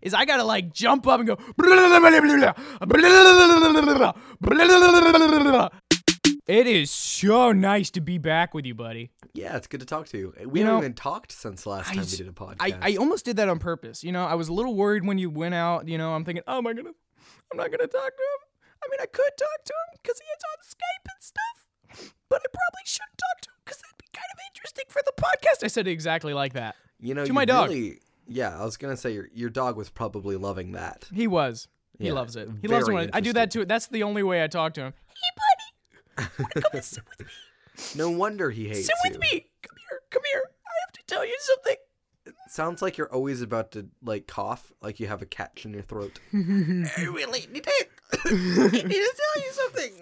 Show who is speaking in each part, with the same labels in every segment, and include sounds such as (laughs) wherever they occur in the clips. Speaker 1: is I gotta like jump up and go. (laughs) It is so nice to be back with you, buddy.
Speaker 2: Yeah, it's good to talk to you. We
Speaker 1: You know,
Speaker 2: haven't even talked since last
Speaker 1: I
Speaker 2: time we
Speaker 1: s-
Speaker 2: did a podcast.
Speaker 1: I, I almost did that on purpose. You know, I was a little worried when you went out. You know, I'm thinking, oh my goodness, I'm not gonna talk to him. I mean, I could talk to him because he is on Skype and stuff, but I probably shouldn't talk to him because that'd be kind of interesting for the podcast. I said it exactly like that.
Speaker 2: you know,
Speaker 1: to
Speaker 2: you
Speaker 1: my dog.
Speaker 2: really- yeah, I was gonna say your your dog was probably loving that.
Speaker 1: He was. He
Speaker 2: Yeah,
Speaker 1: loves it. He loves it
Speaker 2: very
Speaker 1: when I, I do that too. That's the only way I talk to him. (laughs)
Speaker 2: No wonder he hates
Speaker 1: Sit
Speaker 2: you.
Speaker 1: with me. Come here. Come here. I have to tell you something.
Speaker 2: Sounds like you're always about to like cough, like you have a catch in your
Speaker 1: (laughs)
Speaker 2: throat. I really need it. I need to tell you something.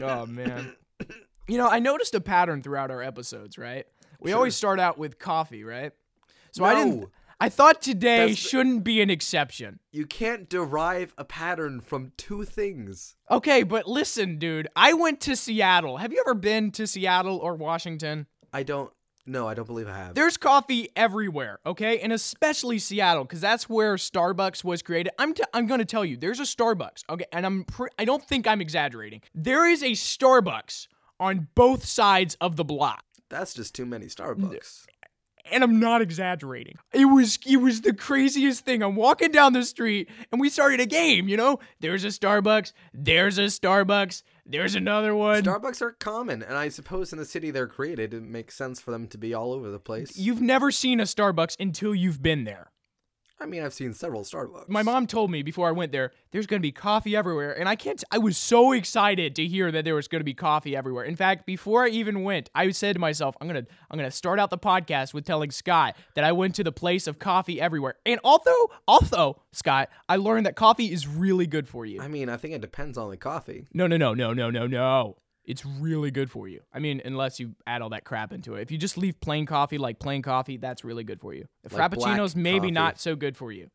Speaker 1: Oh man. (coughs) You know, I noticed a pattern throughout our episodes, right? We always start out with coffee, right? So I didn't
Speaker 2: No.
Speaker 1: I thought today
Speaker 2: That's the-
Speaker 1: shouldn't be an exception.
Speaker 2: You can't derive a pattern from two things.
Speaker 1: Okay, but listen, dude, I went to Seattle. Have you ever been to Seattle or Washington?
Speaker 2: I don't. No, I don't believe I have.
Speaker 1: There's coffee everywhere, okay? And especially Seattle cuz that's where Starbucks was created. I'm t- I'm going to tell you, there's a Starbucks. Okay, and I'm pre- I don't think I'm exaggerating. There is a Starbucks on both sides of the block.
Speaker 2: That's just too many Starbucks.
Speaker 1: and I'm not exaggerating. It was it was the craziest thing. I'm walking down the street and we started a game, you know? There's a Starbucks, there's a Starbucks, there's another one.
Speaker 2: Starbucks are common, and I suppose in the city they're created, it makes sense for them to be all over the place.
Speaker 1: you've never seen a Starbucks until you've been there.
Speaker 2: I mean, I've seen several Starbucks.
Speaker 1: My mom told me before I went there, there's going to be coffee everywhere, and I can't I was so excited to hear that there was going to be coffee everywhere. In fact, before I even went, I said to myself, I'm going to I'm going to start out the podcast with telling Scott that I went to the place of coffee everywhere. And although although Scott, I learned that coffee is really good for you.
Speaker 2: I mean, I think it depends on the coffee.
Speaker 1: No, no, no, no, no, no, no. It's really good for you. I mean, unless you add all that crap into it. If you just leave plain coffee like plain coffee, that's really good for you. The
Speaker 2: Like black
Speaker 1: frappuccinos maybe
Speaker 2: coffee.
Speaker 1: not so good for you.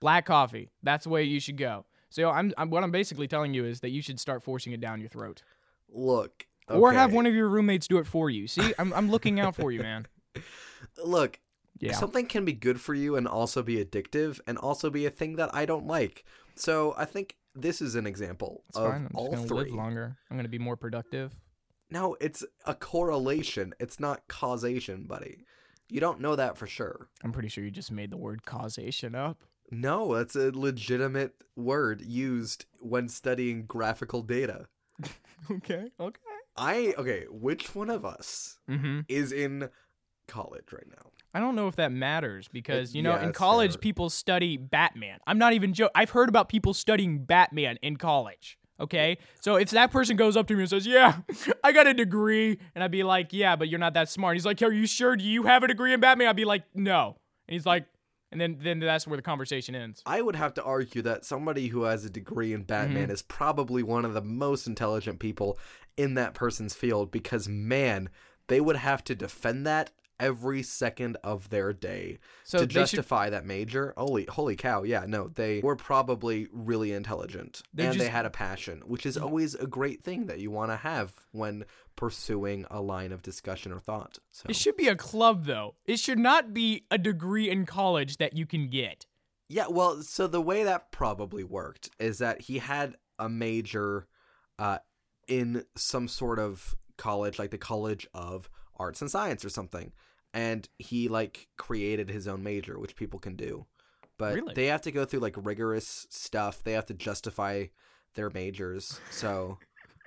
Speaker 1: Black coffee, that's the way you should go. So I'm, I'm what I'm basically telling you is that you should start forcing it down your throat,
Speaker 2: Look.
Speaker 1: or have
Speaker 2: okay,
Speaker 1: one of your roommates do it for you. See, I'm I'm looking out for you,
Speaker 2: (laughs)
Speaker 1: man.
Speaker 2: Look,
Speaker 1: Yeah.
Speaker 2: something can be good for you and also be addictive and also be a thing that I don't like. So I think this is an example
Speaker 1: It's
Speaker 2: of
Speaker 1: fine. I'm just
Speaker 2: all
Speaker 1: gonna
Speaker 2: three.
Speaker 1: live longer. I'm gonna be more productive.
Speaker 2: No, it's a correlation. It's not causation, buddy. You don't know that for sure.
Speaker 1: I'm pretty sure you just made the word causation up. (laughs)
Speaker 2: No, that's a legitimate word used when studying graphical data.
Speaker 1: okay. Okay.
Speaker 2: I okay, which one of us
Speaker 1: Mm-hmm.
Speaker 2: is in college right now?
Speaker 1: I don't know if that matters because you know
Speaker 2: yeah,
Speaker 1: in
Speaker 2: that's
Speaker 1: college
Speaker 2: fair.
Speaker 1: people study Batman. I'm not even joking. I've heard about people studying Batman in college. Okay, so if that person goes up to me and says, "Yeah, (laughs) I got a degree," and I'd be like, "Yeah, but you're not that smart," he's like, "Are you sure? Do you have a degree in Batman?" I'd be like, "No," and he's like, and then then that's where the conversation ends.
Speaker 2: I would have to argue that somebody who has a degree in
Speaker 1: Mm-hmm.
Speaker 2: Batman is probably one of the most intelligent people in that person's field because man, they would have to defend that every second of their day
Speaker 1: So
Speaker 2: to
Speaker 1: they should-
Speaker 2: justify that major. Holy holy cow. Yeah, no, they were probably really intelligent
Speaker 1: They're
Speaker 2: and they
Speaker 1: just- Mm.
Speaker 2: had a passion, which is always a great thing that you want to have when pursuing a line of discussion or thought. So
Speaker 1: It should be a club though. It should not be a degree in college that you can get.
Speaker 2: Yeah, well, so the way that probably worked is that he had a major uh, in some sort of college, like the College of Arts and Science or something. And he like created his own major, which people can do. But
Speaker 1: Really?
Speaker 2: they have to go through like rigorous stuff. They have to justify their majors. So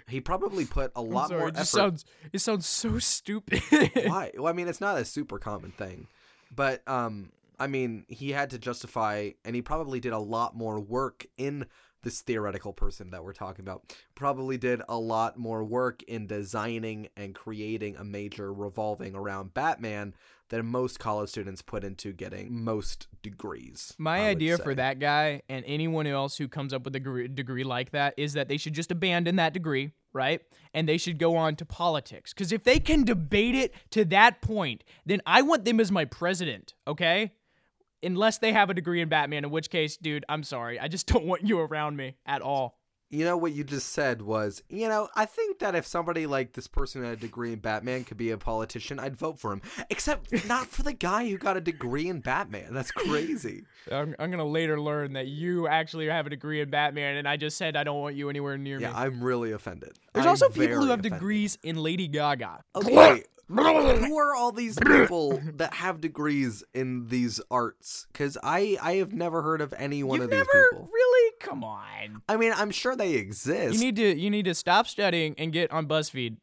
Speaker 2: he probably put a
Speaker 1: I'm
Speaker 2: lot
Speaker 1: sorry,
Speaker 2: more
Speaker 1: it
Speaker 2: effort.
Speaker 1: just sounds it sounds so stupid. (laughs)
Speaker 2: Why? Well, I mean, it's not a super common thing, but um, I mean, he had to justify, and he probably did a lot more work in this theoretical person that we're talking about. Probably did a lot more work in designing and creating a major revolving around Batman than most college students put into getting most degrees.
Speaker 1: My
Speaker 2: I would
Speaker 1: idea for
Speaker 2: say.
Speaker 1: that guy and anyone else who comes up with a gr- degree like that is that they should just abandon that degree, right? And they should go on to politics. Because if they can debate it to that point, then I want them as my president, okay? (laughs) Unless they have a degree in Batman, in which case, dude, I'm sorry. I just don't want you around me at all.
Speaker 2: you know what you just said was, you know, I think that if somebody like this person who had a degree in Batman could be a politician, I'd vote for him. Except not for the guy who got a degree in Batman. That's crazy.
Speaker 1: I'm, I'm gonna later learn that you actually have a degree in Batman, and I just said I don't want you anywhere near
Speaker 2: Yeah,
Speaker 1: me.
Speaker 2: I'm really offended.
Speaker 1: There's
Speaker 2: I'm
Speaker 1: also people who
Speaker 2: very
Speaker 1: have
Speaker 2: offended.
Speaker 1: degrees in Lady Gaga.
Speaker 2: Okay. Who are all these people that have degrees in these arts? Because I I have never heard of any one
Speaker 1: You've
Speaker 2: of
Speaker 1: never
Speaker 2: these people.
Speaker 1: really come on.
Speaker 2: I mean, I'm sure they exist.
Speaker 1: You need to you need to stop studying and get on BuzzFeed.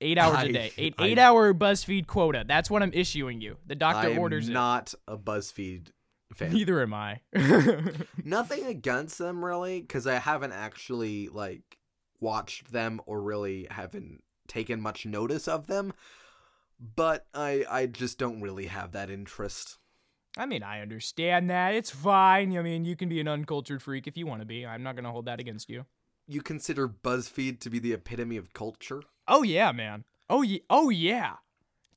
Speaker 1: Eight hours
Speaker 2: I-
Speaker 1: a day. Eight
Speaker 2: I-
Speaker 1: eight hour BuzzFeed quota. That's what I'm issuing you. The doctor
Speaker 2: I'm
Speaker 1: orders
Speaker 2: not a BuzzFeed
Speaker 1: it.
Speaker 2: fan.
Speaker 1: Neither am I. (laughs)
Speaker 2: Nothing against them really, because I haven't actually like watched them or really haven't taken much notice of them. But I I just don't really have that interest.
Speaker 1: I mean, I understand that. It's fine. I mean, you can be an uncultured freak if you want to be. I'm not gonna hold that against you.
Speaker 2: You consider BuzzFeed to be the epitome of culture?
Speaker 1: Oh yeah, man. Oh yeah. Oh yeah.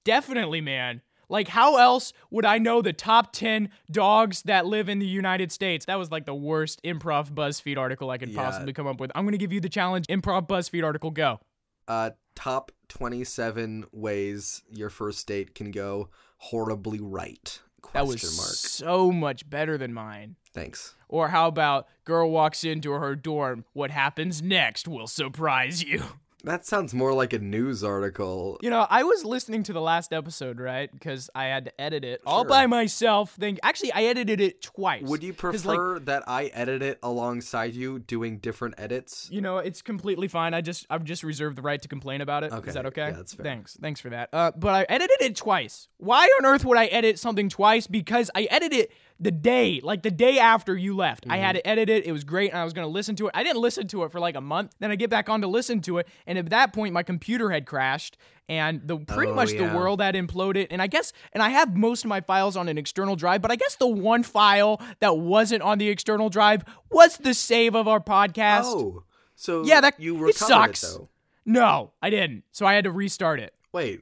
Speaker 1: Definitely, man. Like how else would I know the top 10 dogs that live in the United States? That was like the worst improv BuzzFeed article I could
Speaker 2: Yeah.
Speaker 1: possibly come up with. I'm going to give you the challenge improv BuzzFeed article go.
Speaker 2: Uh, top twenty-seven ways your first date can go horribly right?
Speaker 1: That
Speaker 2: Question
Speaker 1: was
Speaker 2: mark.
Speaker 1: so much better than mine.
Speaker 2: Thanks.
Speaker 1: Or how about girl walks into her dorm, what happens next will surprise you. (laughs)
Speaker 2: That sounds more like a news article.
Speaker 1: You know, I was listening to the last episode, right? Because I had to edit it all
Speaker 2: Sure.
Speaker 1: by myself. Think actually, I edited it twice.
Speaker 2: Would you
Speaker 1: 'Cause, like,
Speaker 2: prefer that I edit it alongside you doing different edits?
Speaker 1: You know, it's completely fine. I just I've just reserved the right to complain about it. Is
Speaker 2: Okay.
Speaker 1: that okay?
Speaker 2: Yeah, that's fair.
Speaker 1: Thanks. Thanks for that. Uh, but I edited it twice. Why on earth would I edit something twice? Because I edited it the day, like the day after you left. I
Speaker 2: Mm-hmm.
Speaker 1: had it edited. It was great, and I was gonna listen to it. I didn't listen to it for like a month. Then I get back on to listen to it, and at that point, my computer had crashed, and the pretty
Speaker 2: Oh,
Speaker 1: much
Speaker 2: yeah.
Speaker 1: the world had imploded. And I guess, and I have most of my files on an external drive, but I guess the one file that wasn't on the external drive was the save of our podcast.
Speaker 2: Oh, so
Speaker 1: Yeah, that-
Speaker 2: you
Speaker 1: it
Speaker 2: recovered
Speaker 1: sucks.
Speaker 2: It, though.
Speaker 1: No, I didn't. So I had to restart it.
Speaker 2: Wait,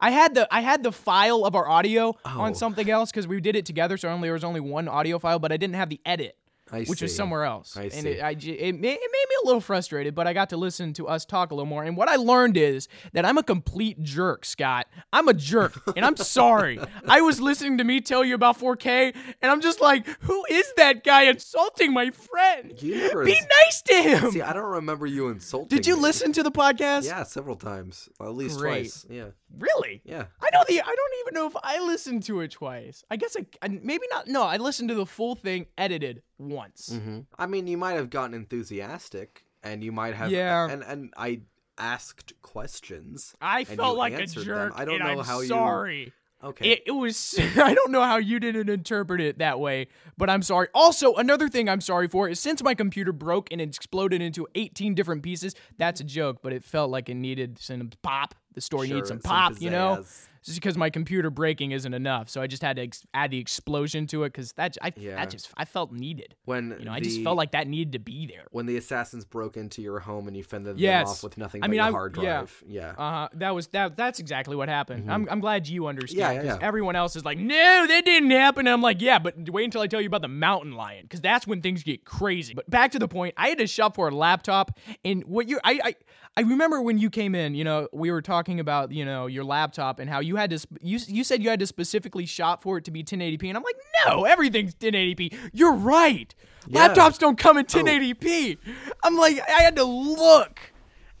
Speaker 1: I had the I had the file of our audio
Speaker 2: Oh.
Speaker 1: on something else because we did it together, so only there was only one audio file, but I didn't have the edit,
Speaker 2: I
Speaker 1: which was
Speaker 2: see.
Speaker 1: somewhere else.
Speaker 2: I
Speaker 1: and
Speaker 2: see.
Speaker 1: it, I, ju- it, ma- it made me a little frustrated, but I got to listen to us talk a little more. And what I learned is that I'm a complete jerk, Scott. I'm a
Speaker 2: (laughs)
Speaker 1: jerk, and I'm sorry. I was listening to me tell you about 4K, and I'm just like, who is that guy insulting my friend?
Speaker 2: You never
Speaker 1: Be nice to him.
Speaker 2: see. I don't remember you insulting.
Speaker 1: did you
Speaker 2: me.
Speaker 1: listen to the podcast?
Speaker 2: Yeah, several times, at least
Speaker 1: Great.
Speaker 2: twice. Yeah,
Speaker 1: Really?
Speaker 2: yeah.
Speaker 1: I know the. I don't even know if I listened to it twice. I guess I, I- maybe not. No, I listened to the full thing edited once.
Speaker 2: I mean, you might have gotten enthusiastic, and you might have.
Speaker 1: Yeah.
Speaker 2: And and I asked questions.
Speaker 1: I
Speaker 2: And
Speaker 1: felt
Speaker 2: you
Speaker 1: like a
Speaker 2: answered them.
Speaker 1: jerk.
Speaker 2: I don't
Speaker 1: and
Speaker 2: know
Speaker 1: I'm
Speaker 2: how you-
Speaker 1: sorry.
Speaker 2: Okay.
Speaker 1: It, it was. (laughs) I don't know how you didn't interpret it that way, but I'm sorry. Also, another thing I'm sorry for is since my computer broke and it exploded into 18 different pieces. That's a joke, but it felt like it needed some pop. The story
Speaker 2: Sure,
Speaker 1: needs some
Speaker 2: some
Speaker 1: pop, you know.
Speaker 2: pizzazz.
Speaker 1: Just because my computer breaking isn't enough, so I just had to ex- add the explosion to it because that I
Speaker 2: Yeah.
Speaker 1: that just I felt needed.
Speaker 2: when
Speaker 1: You know, I just
Speaker 2: the-
Speaker 1: felt like that needed to be there.
Speaker 2: when the assassins broke into your home and you fended them
Speaker 1: Yes.
Speaker 2: off with nothing
Speaker 1: I
Speaker 2: but
Speaker 1: mean,
Speaker 2: your
Speaker 1: I-
Speaker 2: hard
Speaker 1: yeah.
Speaker 2: drive. Yeah.
Speaker 1: Uh huh. That was that. That's exactly what happened. I'm I'm glad you understand.
Speaker 2: Yeah, yeah,
Speaker 1: 'cause
Speaker 2: yeah.
Speaker 1: Everyone else is like, no, that didn't happen. And I'm like, yeah, but wait until I tell you about the mountain lion, because that's when things get crazy. But back to the point, I had to shop for a laptop, and what you, I, I, I remember when you came in. You know, we were talking about you know your laptop and how you had to, sp- you you said you had to specifically shop for it to be 1080p, and I'm like, no, everything's 1080p. You're right.
Speaker 2: Yeah. Oh.
Speaker 1: Laptops don't come in 1080p. I'm like, I had to look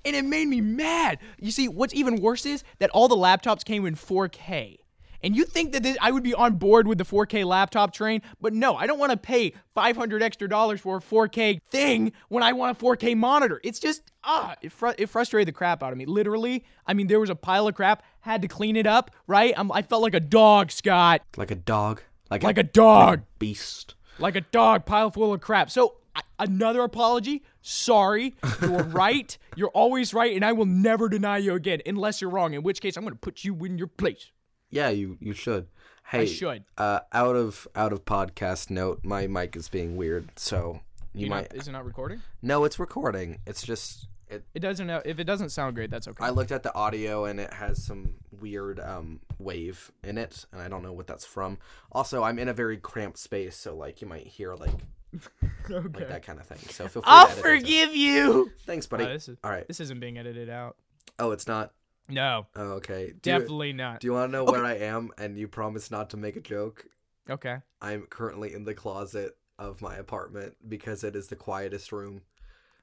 Speaker 1: and it made me mad. You see, what's even worse is that all the laptops came in 4K. And you think that this, I would be on board with the 4K laptop train, but no, I don't want to pay 500 extra dollars for a 4K thing when I want a 4K monitor. It's just ah, it, fru- it frustrated the crap out of me. Literally, I mean, there was a pile of crap, had to clean it up, right? I'm, I felt like a dog, Scott,
Speaker 2: like a dog. Like,
Speaker 1: like a dog
Speaker 2: beast.
Speaker 1: like a dog pile full of crap. So I- another apology. Sorry, you're (laughs) right. You're always right, and I will never deny you again, unless you're wrong. In which case, I'm going to put you in your place.
Speaker 2: Yeah, you you should. Hey,
Speaker 1: should.
Speaker 2: Uh, out of out of podcast note, my mic is being weird, so you,
Speaker 1: You know,
Speaker 2: might.
Speaker 1: is it not recording?
Speaker 2: No, it's recording. It's just it.
Speaker 1: It doesn't. Have, if it doesn't sound great, that's okay.
Speaker 2: I looked at the audio and it has some weird um wave in it, and I don't know what that's from. Also, I'm in a very cramped space, so like you might hear like
Speaker 1: (laughs) okay.
Speaker 2: like that kind of thing. So feel free.
Speaker 1: I'll
Speaker 2: to edit it.
Speaker 1: forgive you.
Speaker 2: Thanks, buddy.
Speaker 1: Oh, this is-
Speaker 2: All right.
Speaker 1: This isn't being edited out.
Speaker 2: Oh, it's not.
Speaker 1: No,
Speaker 2: Oh, okay. Do you-
Speaker 1: definitely not.
Speaker 2: Do you want to know where I am? And you promise not to make a joke.
Speaker 1: okay.
Speaker 2: I'm currently in the closet of my apartment because it is the quietest room.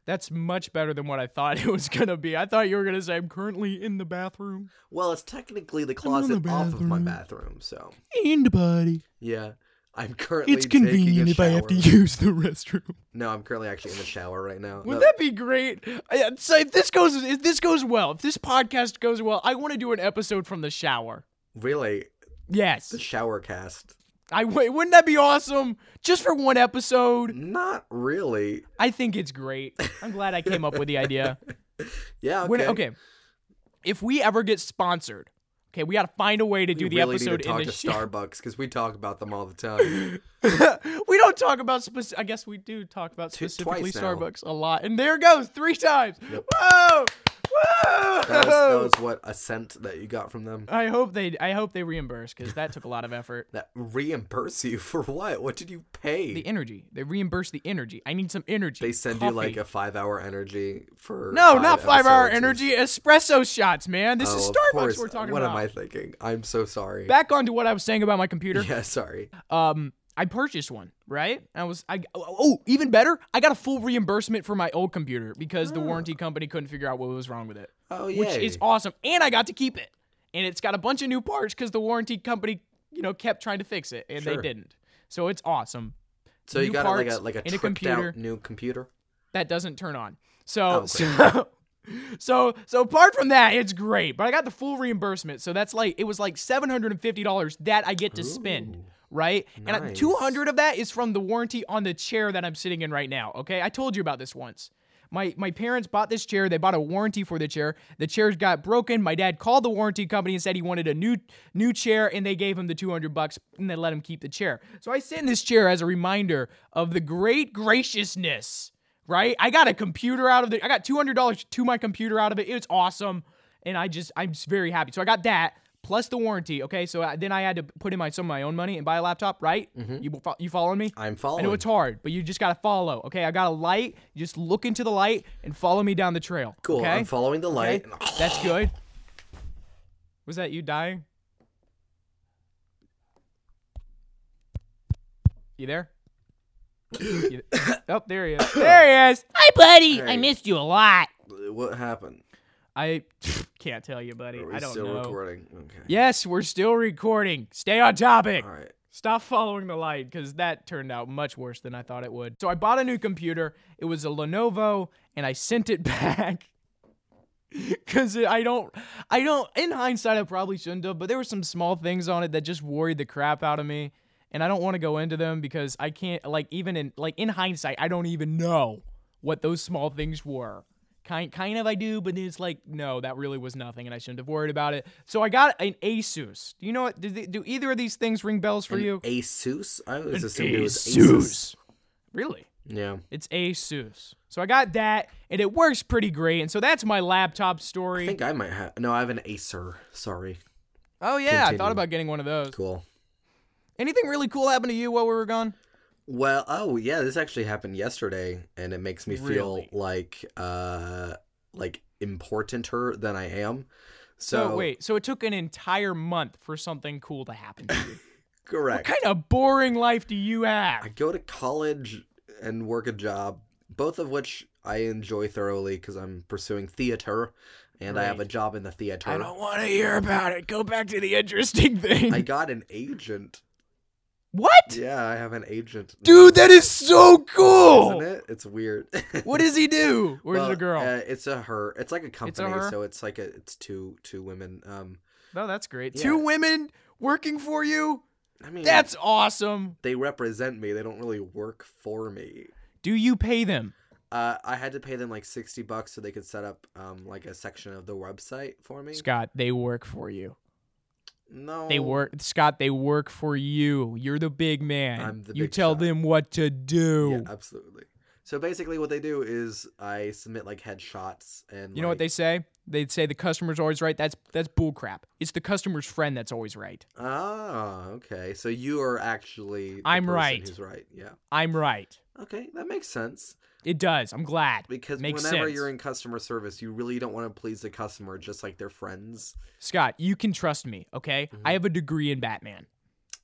Speaker 1: That's much better than what I thought (laughs) it was going to be. I thought you were going to say I'm currently in the bathroom.
Speaker 2: Well, it's technically the
Speaker 1: I'm in the
Speaker 2: closet off of my
Speaker 1: bathroom.
Speaker 2: bathroom, so
Speaker 1: In the body.
Speaker 2: yeah. I'm currently
Speaker 1: It's convenient if I have to use the restroom.
Speaker 2: No, I'm currently actually in the shower right now.
Speaker 1: Would
Speaker 2: No,
Speaker 1: that be great? I- I'd say if this goes if this goes well, if this podcast goes well, I want to do an episode from the shower.
Speaker 2: really
Speaker 1: Yes.
Speaker 2: the shower cast?
Speaker 1: I w- wouldn't that be awesome? Just for one episode.
Speaker 2: Not really.
Speaker 1: I think it's great. I'm glad I came up with the
Speaker 2: (laughs)
Speaker 1: idea.
Speaker 2: Yeah, okay.
Speaker 1: When- If we ever get sponsored, okay, we got to find a way to do
Speaker 2: We
Speaker 1: the
Speaker 2: really
Speaker 1: episode
Speaker 2: need to talk
Speaker 1: in the
Speaker 2: to
Speaker 1: sh- (laughs)
Speaker 2: Starbucks because we talk about them all the time.
Speaker 1: we don't talk about speci- I guess we do talk about
Speaker 2: Two-
Speaker 1: specifically
Speaker 2: twice now.
Speaker 1: Starbucks a lot. And there it goes, three times.
Speaker 2: Yep.
Speaker 1: Whoa! Whoa!
Speaker 2: That was, that
Speaker 1: Oh.
Speaker 2: was what a cent that you got from them.
Speaker 1: I hope they I hope they reimburse because that took a lot of effort.
Speaker 2: That reimburse you for what? What did you pay?
Speaker 1: The energy. They reimburse the energy. I need some energy.
Speaker 2: they send you like
Speaker 1: Coffee.
Speaker 2: a five hour energy for
Speaker 1: No, not five hour
Speaker 2: episodes of-
Speaker 1: energy. Espresso shots, man. This
Speaker 2: Oh,
Speaker 1: is
Speaker 2: of
Speaker 1: Starbucks
Speaker 2: course.
Speaker 1: we're talking
Speaker 2: what
Speaker 1: about.
Speaker 2: am I thinking? I'm so sorry.
Speaker 1: Back onto what I was saying about my computer.
Speaker 2: (laughs) yeah, sorry.
Speaker 1: um I purchased one, right? I was I oh, oh, even better, I got a full reimbursement for my old computer because
Speaker 2: Ah.
Speaker 1: the warranty company couldn't figure out what was wrong with it.
Speaker 2: Oh
Speaker 1: Which
Speaker 2: yeah.
Speaker 1: is awesome. And I got to keep it. And it's got a bunch of new parts cuz the warranty company, you know, kept trying to fix it and
Speaker 2: Sure.
Speaker 1: they didn't. So it's awesome.
Speaker 2: so you
Speaker 1: new
Speaker 2: got like a
Speaker 1: parts
Speaker 2: like a
Speaker 1: in a
Speaker 2: tripped
Speaker 1: computer.
Speaker 2: out new computer.
Speaker 1: That doesn't turn on. So
Speaker 2: Oh,
Speaker 1: so
Speaker 2: (laughs)
Speaker 1: (laughs) So so apart from that, it's great. But I got the full reimbursement. So that's like it was like $750 that I get to spend.
Speaker 2: Ooh.
Speaker 1: right? And I-
Speaker 2: Nice.
Speaker 1: 200 of that is from the warranty on the chair that I'm sitting in right now, okay? I told you about this once. My my parents bought this chair, they bought a warranty for the chair. The chair got broken. My dad called the warranty company and said he wanted a new new chair and they gave him the 200 bucks and they let him keep the chair. So I sit in this chair as a reminder of the great graciousness, right? I got a computer out of the I got $200 to my computer out of it. It's awesome and I just I'm s- very happy. So I got that plus the warranty. Okay, so I, then I had to put in my some of my own money and buy a laptop. Right? You fo- you following me?
Speaker 2: I'm
Speaker 1: I
Speaker 2: following.
Speaker 1: know it's hard, but you just gotta follow. Okay, I got a light. You just look into the light and follow me down the trail.
Speaker 2: cool.
Speaker 1: Okay?
Speaker 2: I'm following the light.
Speaker 1: Okay? That's good. Was that you dying? You there? You- oh, there he
Speaker 2: (coughs)
Speaker 1: is. There he is. Hi, buddy.
Speaker 2: Hey.
Speaker 1: I missed you a lot.
Speaker 2: (sighs) What happened?
Speaker 1: I (laughs) can't tell you, buddy.
Speaker 2: Are we
Speaker 1: I don't
Speaker 2: still
Speaker 1: know.
Speaker 2: recording? Okay.
Speaker 1: Yes, we're still recording. Stay on topic.
Speaker 2: All right.
Speaker 1: Stop following the light because that turned out much worse than I thought it would. So I bought a new computer. It was a Lenovo, and I sent it (laughs) back (laughs) because I don't, I don't. In hindsight, I probably shouldn't have, but there were some small things on it that just worried the crap out of me, and I don't want to go into them because I can't. Like even in like in hindsight, I don't even know what those small things were. Kind kind of I do, but it's like no, that really was nothing, and I shouldn't have worried about it. So I got an Asus. Do you know what? Do, they, do either of these things ring bells for you?
Speaker 2: Asus. I always assumed it was Asus.
Speaker 1: Asus. Really?
Speaker 2: Yeah.
Speaker 1: It's Asus. So I got that, and it works pretty great. And so that's my laptop
Speaker 2: I
Speaker 1: story.
Speaker 2: think I might have. No, I have an Acer. Sorry.
Speaker 1: oh yeah, I thought
Speaker 2: Continue.
Speaker 1: about getting one of those.
Speaker 2: Cool.
Speaker 1: Anything really cool happened to you while we were gone?
Speaker 2: Well, oh yeah, this actually happened yesterday, and it makes me
Speaker 1: Really?
Speaker 2: feel like uh like importanter than I am. So
Speaker 1: So wait, so it took an entire month for something cool to happen to (laughs) you. what
Speaker 2: correct.
Speaker 1: kind of boring life do you have?
Speaker 2: I go to college and work a job, both of which I enjoy thoroughly because I'm pursuing theater, and I have a
Speaker 1: Right.
Speaker 2: job in the theater.
Speaker 1: I don't want to hear about it. Go back to the interesting (laughs) thing.
Speaker 2: I got an agent.
Speaker 1: what?
Speaker 2: Yeah, I have an agent, now,
Speaker 1: Dude, that is so
Speaker 2: Isn't
Speaker 1: cool.
Speaker 2: it? It's weird.
Speaker 1: What
Speaker 2: (laughs)
Speaker 1: does he do? Or is
Speaker 2: Well,
Speaker 1: it a girl?
Speaker 2: Uh, it's a her. It's like a company,
Speaker 1: her?
Speaker 2: so it's like a it's two two women. Um,
Speaker 1: no, Oh, that's great.
Speaker 2: yeah.
Speaker 1: Two women working for you?
Speaker 2: I mean
Speaker 1: That's awesome.
Speaker 2: they represent me. They don't really work for me.
Speaker 1: Do you pay them?
Speaker 2: Uh, I had to pay them like sixty bucks so they could set up um like a section of the website for me.
Speaker 1: Scott, they work for you.
Speaker 2: No,
Speaker 1: They work Scott, they work for you. You're the big man.
Speaker 2: I'm the
Speaker 1: you
Speaker 2: big
Speaker 1: tell
Speaker 2: shot.
Speaker 1: them what to
Speaker 2: Yeah,
Speaker 1: do.
Speaker 2: absolutely. So basically, what they do is I submit like headshots and
Speaker 1: You know what they
Speaker 2: like-
Speaker 1: say? They'd say the customer's always right. That's that's bullcrap. It's the customer's friend that's always right.
Speaker 2: Ah, okay. So you are actually the
Speaker 1: I'm
Speaker 2: person
Speaker 1: right.
Speaker 2: Who's right? Yeah.
Speaker 1: I'm right.
Speaker 2: Okay, that makes sense.
Speaker 1: It does. I'm glad.
Speaker 2: Because
Speaker 1: Makes
Speaker 2: whenever
Speaker 1: sense.
Speaker 2: you're in customer service, you really don't want to please the customer just like their friends.
Speaker 1: Scott, you can trust me, okay?
Speaker 2: Mhm.
Speaker 1: I have a degree in Batman.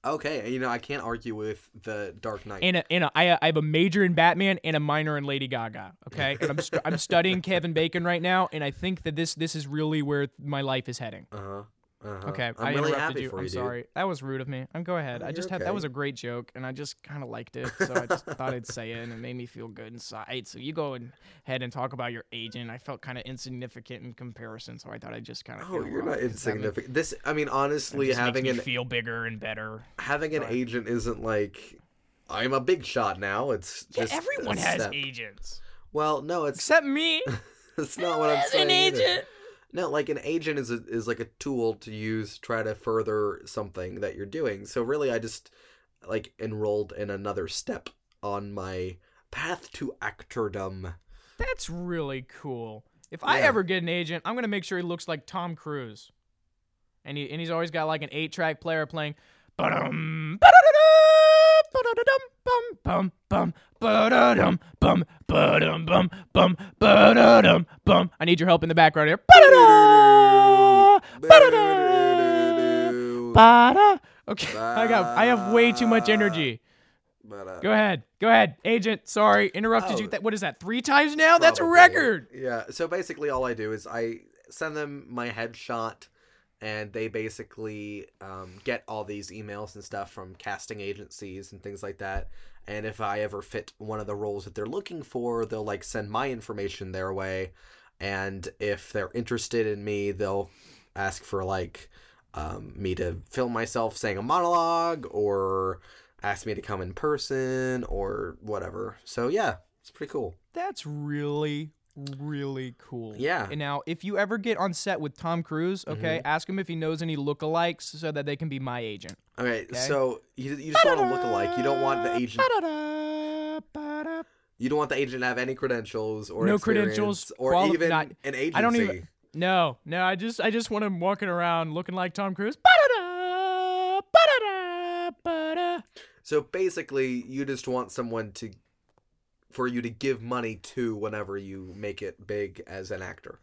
Speaker 2: Okay, and, you know, I can't argue with the Dark Knight.
Speaker 1: And, a, and a, I, I have a major in Batman and a minor in Lady Gaga, okay? And I'm, st- I'm studying Kevin Bacon right now, and I think that this this is really where my life is heading.
Speaker 2: uh-huh. Uh-huh.
Speaker 1: Okay,
Speaker 2: I'm
Speaker 1: I
Speaker 2: really
Speaker 1: interrupted
Speaker 2: happy
Speaker 1: you.
Speaker 2: for
Speaker 1: I'm
Speaker 2: you, dude.
Speaker 1: sorry. That was rude of me. I'm go ahead.
Speaker 2: No,
Speaker 1: I just
Speaker 2: you're
Speaker 1: had
Speaker 2: okay.
Speaker 1: that was a great joke, and I just kind of liked it, so I just thought I'd say it, and it made me feel good inside. So you go and- ahead and talk about your agent. I felt kind of insignificant in comparison, so I thought I'd just kind of.
Speaker 2: Oh, you're not insignificant. This, I mean, honestly, having an
Speaker 1: feel bigger and better.
Speaker 2: having an agent isn't like I'm a big shot now. It's
Speaker 1: Yeah,
Speaker 2: just a
Speaker 1: everyone has
Speaker 2: step.
Speaker 1: agents
Speaker 2: Well, no, it's
Speaker 1: except me.
Speaker 2: it's (laughs) not what I'm
Speaker 1: As
Speaker 2: saying.
Speaker 1: an
Speaker 2: either.
Speaker 1: agent.
Speaker 2: No, like an agent is a, is like a tool to use to try to further something that you're doing. So really, I just like enrolled in another step on my path to actordom.
Speaker 1: That's really cool. If I
Speaker 2: Yeah.
Speaker 1: ever get an agent, I'm gonna make sure he looks like Tom Cruise, and he and he's always got like an eight track player playing. Ba-dum, ba-da-da-da, ba-da-da-dum, bum, bum, bum, ba-da-dum, bum, ba-dum, bum, bum, ba-da-dum, bum. I need your help in the background here. Ba-da-da, ba-da-da, ba-da. Okay, I got I have way too much energy.
Speaker 2: But, uh,
Speaker 1: Go ahead, go ahead, agent. Sorry, interrupted
Speaker 2: Oh.
Speaker 1: you. That what is that? Three times now? Oh, That's a
Speaker 2: Probably.
Speaker 1: record.
Speaker 2: Yeah. So basically, all I do is I send them my headshot, and they basically um, get all these emails and stuff from casting agencies and things like that. And if I ever fit one of the roles that they're looking for, they'll like send my information their way. And if they're interested in me, they'll ask for like um, me to film myself saying a monologue or ask me to come in person or whatever. So yeah, it's pretty cool.
Speaker 1: That's really, really cool.
Speaker 2: Yeah. Mm-hmm.
Speaker 1: And now, if you ever get on set with Tom Cruise, okay, ask him if he knows any lookalikes so that they can be my agent.
Speaker 2: Okay,
Speaker 1: Okay?
Speaker 2: so you, you just want to look alike. You don't want the agent.
Speaker 1: Ba-da-da, ba-da.
Speaker 2: You don't want the agent to have any credentials or
Speaker 1: No
Speaker 2: experience
Speaker 1: credentials,
Speaker 2: or
Speaker 1: quali-
Speaker 2: even
Speaker 1: not-
Speaker 2: an agency.
Speaker 1: I don't even. No, no, I just, I just want him walking around looking like Tom Cruise. Ba-da-da, ba-da-da, ba-da.
Speaker 2: So basically, you just want someone to for you to give money to whenever you make it big as an actor.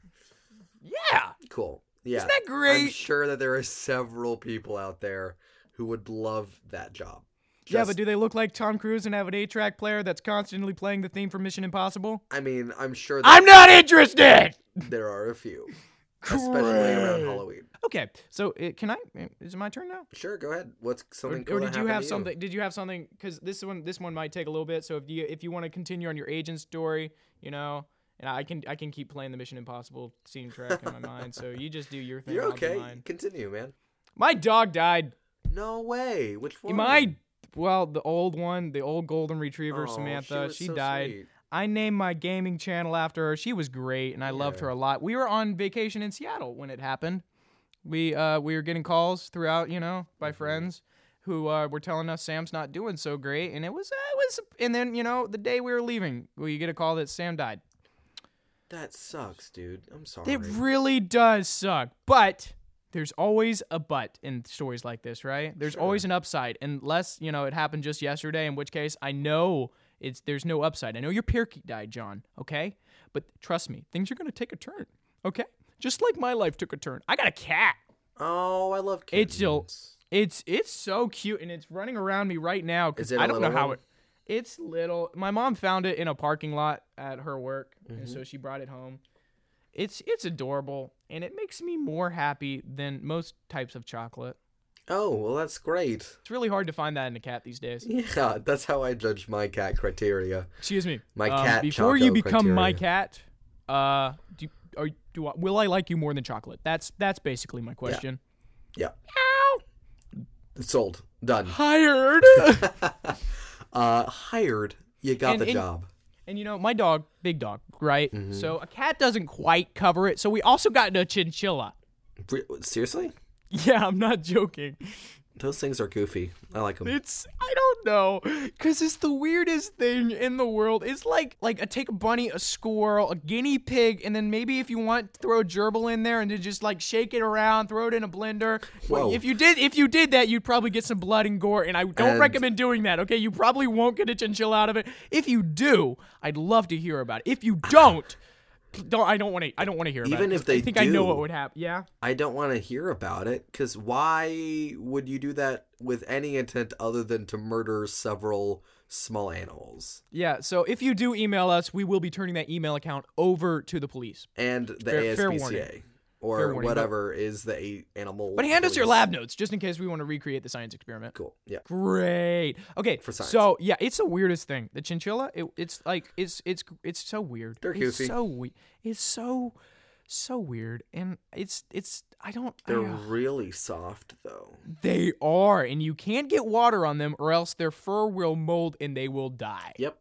Speaker 1: Yeah,
Speaker 2: Cool. Yeah.
Speaker 1: isn't that
Speaker 2: I'm
Speaker 1: great?
Speaker 2: sure that there are several people out there who would love that job.
Speaker 1: yeah,
Speaker 2: Just-
Speaker 1: but do they look like Tom Cruise and have an eight-track player that's constantly playing the theme from Mission Impossible?
Speaker 2: I mean, I'm sure that
Speaker 1: (laughs) I'm not interested.
Speaker 2: there are a few, especially around
Speaker 1: Great.
Speaker 2: Halloween.
Speaker 1: Okay, so uh, can I? Is it my turn now?
Speaker 2: Sure, go ahead. What's
Speaker 1: Or,
Speaker 2: something
Speaker 1: or
Speaker 2: cool that
Speaker 1: did you
Speaker 2: happened
Speaker 1: have
Speaker 2: to
Speaker 1: something? Did you have something? Because this one, this one might take a little bit. So if you if you want to continue on your agent story, you know, and I can I can keep playing the Mission Impossible scene track
Speaker 2: (laughs)
Speaker 1: in my mind. So you just do your thing.
Speaker 2: You're
Speaker 1: I'll do
Speaker 2: okay.
Speaker 1: mine.
Speaker 2: Continue, man.
Speaker 1: My dog died.
Speaker 2: No way. Which one?
Speaker 1: My well, the old one, the old golden retriever
Speaker 2: Aw, Oh, she
Speaker 1: Samantha.
Speaker 2: was
Speaker 1: She,
Speaker 2: so
Speaker 1: died.
Speaker 2: sweet.
Speaker 1: I named my gaming channel after her. She was great, and I loved
Speaker 2: Yeah.
Speaker 1: her a lot. We were on vacation in Seattle when it happened. We uh, we were getting calls throughout, you know, by friends who uh, were telling us Sam's not doing so great, and it was uh, it was. And then you know, the day we were leaving, we get a call that Sam died.
Speaker 2: That sucks, dude. I'm sorry.
Speaker 1: It really does suck, but there's always a but in stories like this, right? There's always an upside, unless you know it happened just yesterday, in which case I know it's there's no upside. I know your parakeet died, John. Okay, but trust me, things are gonna take a turn. Okay, just like my life took a turn. I got a cat.
Speaker 2: oh, I love kittens.
Speaker 1: It's still- It's it's so cute and it's running around me right now because
Speaker 2: Is it
Speaker 1: I
Speaker 2: a
Speaker 1: don't know
Speaker 2: little
Speaker 1: how
Speaker 2: one?
Speaker 1: it. It's little. My mom found it in a parking lot at her work, and
Speaker 2: Mm-hmm.
Speaker 1: so she brought it home. It's it's adorable, and it makes me more happy than most types of chocolate.
Speaker 2: Oh, well, that's great.
Speaker 1: It's really hard to find that in a cat these days.
Speaker 2: (laughs) Yeah, that's how I judge my cat criteria.
Speaker 1: Excuse me,
Speaker 2: My
Speaker 1: Um,
Speaker 2: cat
Speaker 1: Before you
Speaker 2: choco
Speaker 1: become my
Speaker 2: criteria.
Speaker 1: cat, uh, do you, are you- do I, will I like you more than chocolate? That's that's basically my question.
Speaker 2: Yeah,
Speaker 1: Ow!
Speaker 2: sold. Done. (laughs)
Speaker 1: Hired.
Speaker 2: Uh, hired. You got
Speaker 1: And-
Speaker 2: the
Speaker 1: and-
Speaker 2: job.
Speaker 1: And you know, my dog, big dog, right? So a cat doesn't quite cover it. So we also got a chinchilla. (laughs)
Speaker 2: Re- Seriously?
Speaker 1: Yeah, I'm not joking.
Speaker 2: Those things are goofy. I like them.
Speaker 1: It's I don't know, cause it's the weirdest thing in the world. It's like like a take a bunny, a squirrel, a guinea pig, and then maybe if you want, throw a gerbil in there and then just like shake it around, throw it in a blender. Well,
Speaker 2: Whoa.
Speaker 1: If you did if you did that, you'd probably get some blood and gore, and I don't
Speaker 2: And-
Speaker 1: recommend doing that. Okay, you probably won't get a chinchilla out of it. If you do, I'd love to hear about it. If
Speaker 2: (sighs)
Speaker 1: you don't. Don't, I don't want to. I don't want to hear about
Speaker 2: Even
Speaker 1: it.
Speaker 2: if they
Speaker 1: I think I know
Speaker 2: do-
Speaker 1: what would happen. Yeah.
Speaker 2: I don't want to hear about it because why would you do that with any intent other than to murder several small animals?
Speaker 1: Yeah, so if you do email us, we will be turning that email account over to the police.
Speaker 2: And the
Speaker 1: Fair- fair
Speaker 2: ASPCA
Speaker 1: warning.
Speaker 2: or
Speaker 1: Fair warning, but-
Speaker 2: whatever is the a- animal.
Speaker 1: But hand us your
Speaker 2: police.
Speaker 1: lab notes just in case we want to recreate the science experiment.
Speaker 2: Cool. Yeah.
Speaker 1: Great. Okay.
Speaker 2: For science.
Speaker 1: So yeah, it's the weirdest thing. The chinchilla. It, it's like it's it's it's so weird.
Speaker 2: They're
Speaker 1: it's
Speaker 2: goofy.
Speaker 1: so we- It's so so weird, and it's it's I don't. I
Speaker 2: They're
Speaker 1: don't-
Speaker 2: really soft though.
Speaker 1: they are, and you can't get water on them, or else their fur will mold and they will die.
Speaker 2: Yep.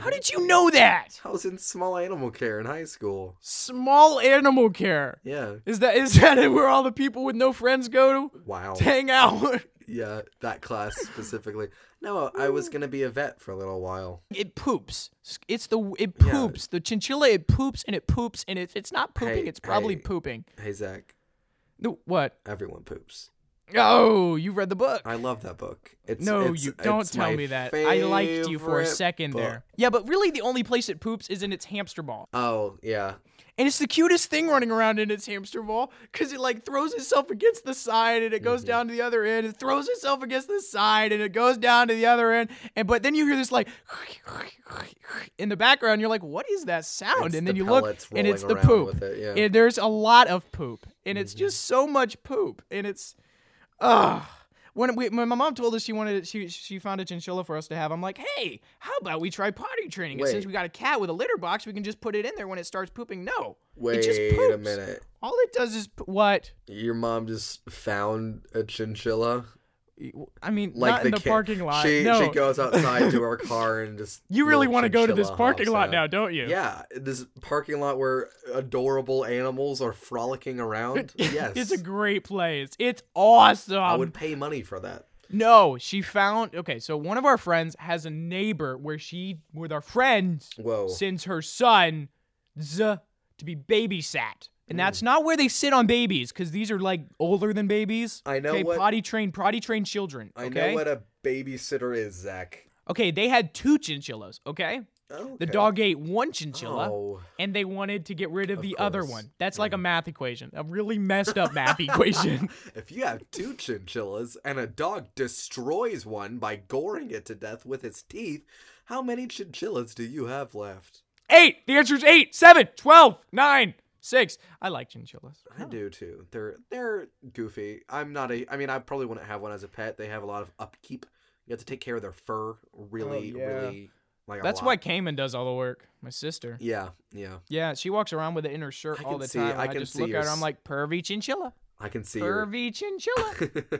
Speaker 1: How did you know that?
Speaker 2: I was in small animal care in high school.
Speaker 1: Small animal care.
Speaker 2: Yeah.
Speaker 1: Is that is that (laughs) where all the people with no friends go to? (laughs)
Speaker 2: Wow.
Speaker 1: to hang out.
Speaker 2: Yeah, that class specifically. No, I was gonna be a vet for a little while.
Speaker 1: It poops. It's the it
Speaker 2: Yeah.
Speaker 1: poops. The chinchilla it poops and it poops and if it's not pooping,
Speaker 2: Hey,
Speaker 1: it's probably
Speaker 2: hey.
Speaker 1: pooping.
Speaker 2: Hey Zach,
Speaker 1: The, what?
Speaker 2: everyone poops.
Speaker 1: Oh, you read the book.
Speaker 2: I love that book. It's
Speaker 1: no,
Speaker 2: Uh, it's-
Speaker 1: you don't
Speaker 2: it's
Speaker 1: tell
Speaker 2: my
Speaker 1: me that. I liked you for a
Speaker 2: favorite
Speaker 1: second there.
Speaker 2: book.
Speaker 1: Yeah, but really the only place it poops is in its hamster ball.
Speaker 2: Oh yeah,
Speaker 1: And it's the cutest thing running around in its hamster ball because it like throws itself against the side and it
Speaker 2: Mm-hmm.
Speaker 1: goes down to the other end. It throws itself against the side and it goes down to the other end. And but then you hear this like (laughs) in the background. You're like, what is that sound?
Speaker 2: It's
Speaker 1: and
Speaker 2: the
Speaker 1: then you look
Speaker 2: pellets
Speaker 1: and it's the
Speaker 2: rolling around
Speaker 1: poop.
Speaker 2: with it, yeah. Mm-hmm.
Speaker 1: And there's a lot of poop. And it's just so much poop. And it's Ugh. When, we, when my mom told us she wanted she she found a chinchilla for us to have, I'm like, hey, how about we try potty training? it? since
Speaker 2: Wait.
Speaker 1: we got a cat with a litter box, we can just put it in there when it starts pooping. No, it
Speaker 2: wait
Speaker 1: just
Speaker 2: a
Speaker 1: poops.
Speaker 2: minute.
Speaker 1: All it does is po- what?
Speaker 2: Your mom just found a chinchilla,
Speaker 1: I mean,
Speaker 2: like
Speaker 1: not
Speaker 2: the,
Speaker 1: in the
Speaker 2: kid.
Speaker 1: parking lot.
Speaker 2: She
Speaker 1: no,
Speaker 2: she goes outside
Speaker 1: (laughs)
Speaker 2: to her car and just.
Speaker 1: you really
Speaker 2: want to
Speaker 1: go to this parking lot now, don't you?
Speaker 2: Yeah, this parking lot where adorable animals are frolicking around. Yes,
Speaker 1: (laughs) (laughs) It's a great place. It's awesome.
Speaker 2: I would pay money for that.
Speaker 1: No, she found. Okay, so one of our friends has a neighbor where she, with our friends,
Speaker 2: Whoa.
Speaker 1: sends her son z to be babysat. And
Speaker 2: Hmm.
Speaker 1: that's not where they sit on babies, because these are like older than babies.
Speaker 2: I know
Speaker 1: okay,
Speaker 2: what-
Speaker 1: potty trained, potty trained children.
Speaker 2: I
Speaker 1: okay?
Speaker 2: know what a babysitter is, Zach.
Speaker 1: Okay, they had two chinchillas. Okay,
Speaker 2: Okay.
Speaker 1: the dog ate one chinchilla,
Speaker 2: Oh.
Speaker 1: and they wanted to get rid of, the other
Speaker 2: course.
Speaker 1: one. That's like a math equation, a really messed up math (laughs) equation.
Speaker 2: (laughs) If you have two chinchillas and a dog destroys one by goring it to death with his teeth, how many chinchillas do you have left?
Speaker 1: Eight. The answer is eight, seven, twelve, nine, six. I like chinchillas.
Speaker 2: I do too. They're they're goofy. I'm not a. I mean, I probably wouldn't have one as a pet. They have a lot of upkeep. You have to take care of their fur. Really,
Speaker 1: Oh, yeah.
Speaker 2: really. Like a
Speaker 1: That's
Speaker 2: lot.
Speaker 1: why Cayman does all the work. My sister.
Speaker 2: Yeah, yeah.
Speaker 1: Yeah, she walks around with it in her shirt
Speaker 2: I
Speaker 1: all
Speaker 2: can
Speaker 1: the
Speaker 2: see-
Speaker 1: time. and
Speaker 2: I
Speaker 1: I,
Speaker 2: can
Speaker 1: just
Speaker 2: see
Speaker 1: look
Speaker 2: your
Speaker 1: at her. I'm
Speaker 2: s-
Speaker 1: like, pervy chinchilla,
Speaker 2: I can see your.
Speaker 1: pervy chinchilla.
Speaker 2: (laughs)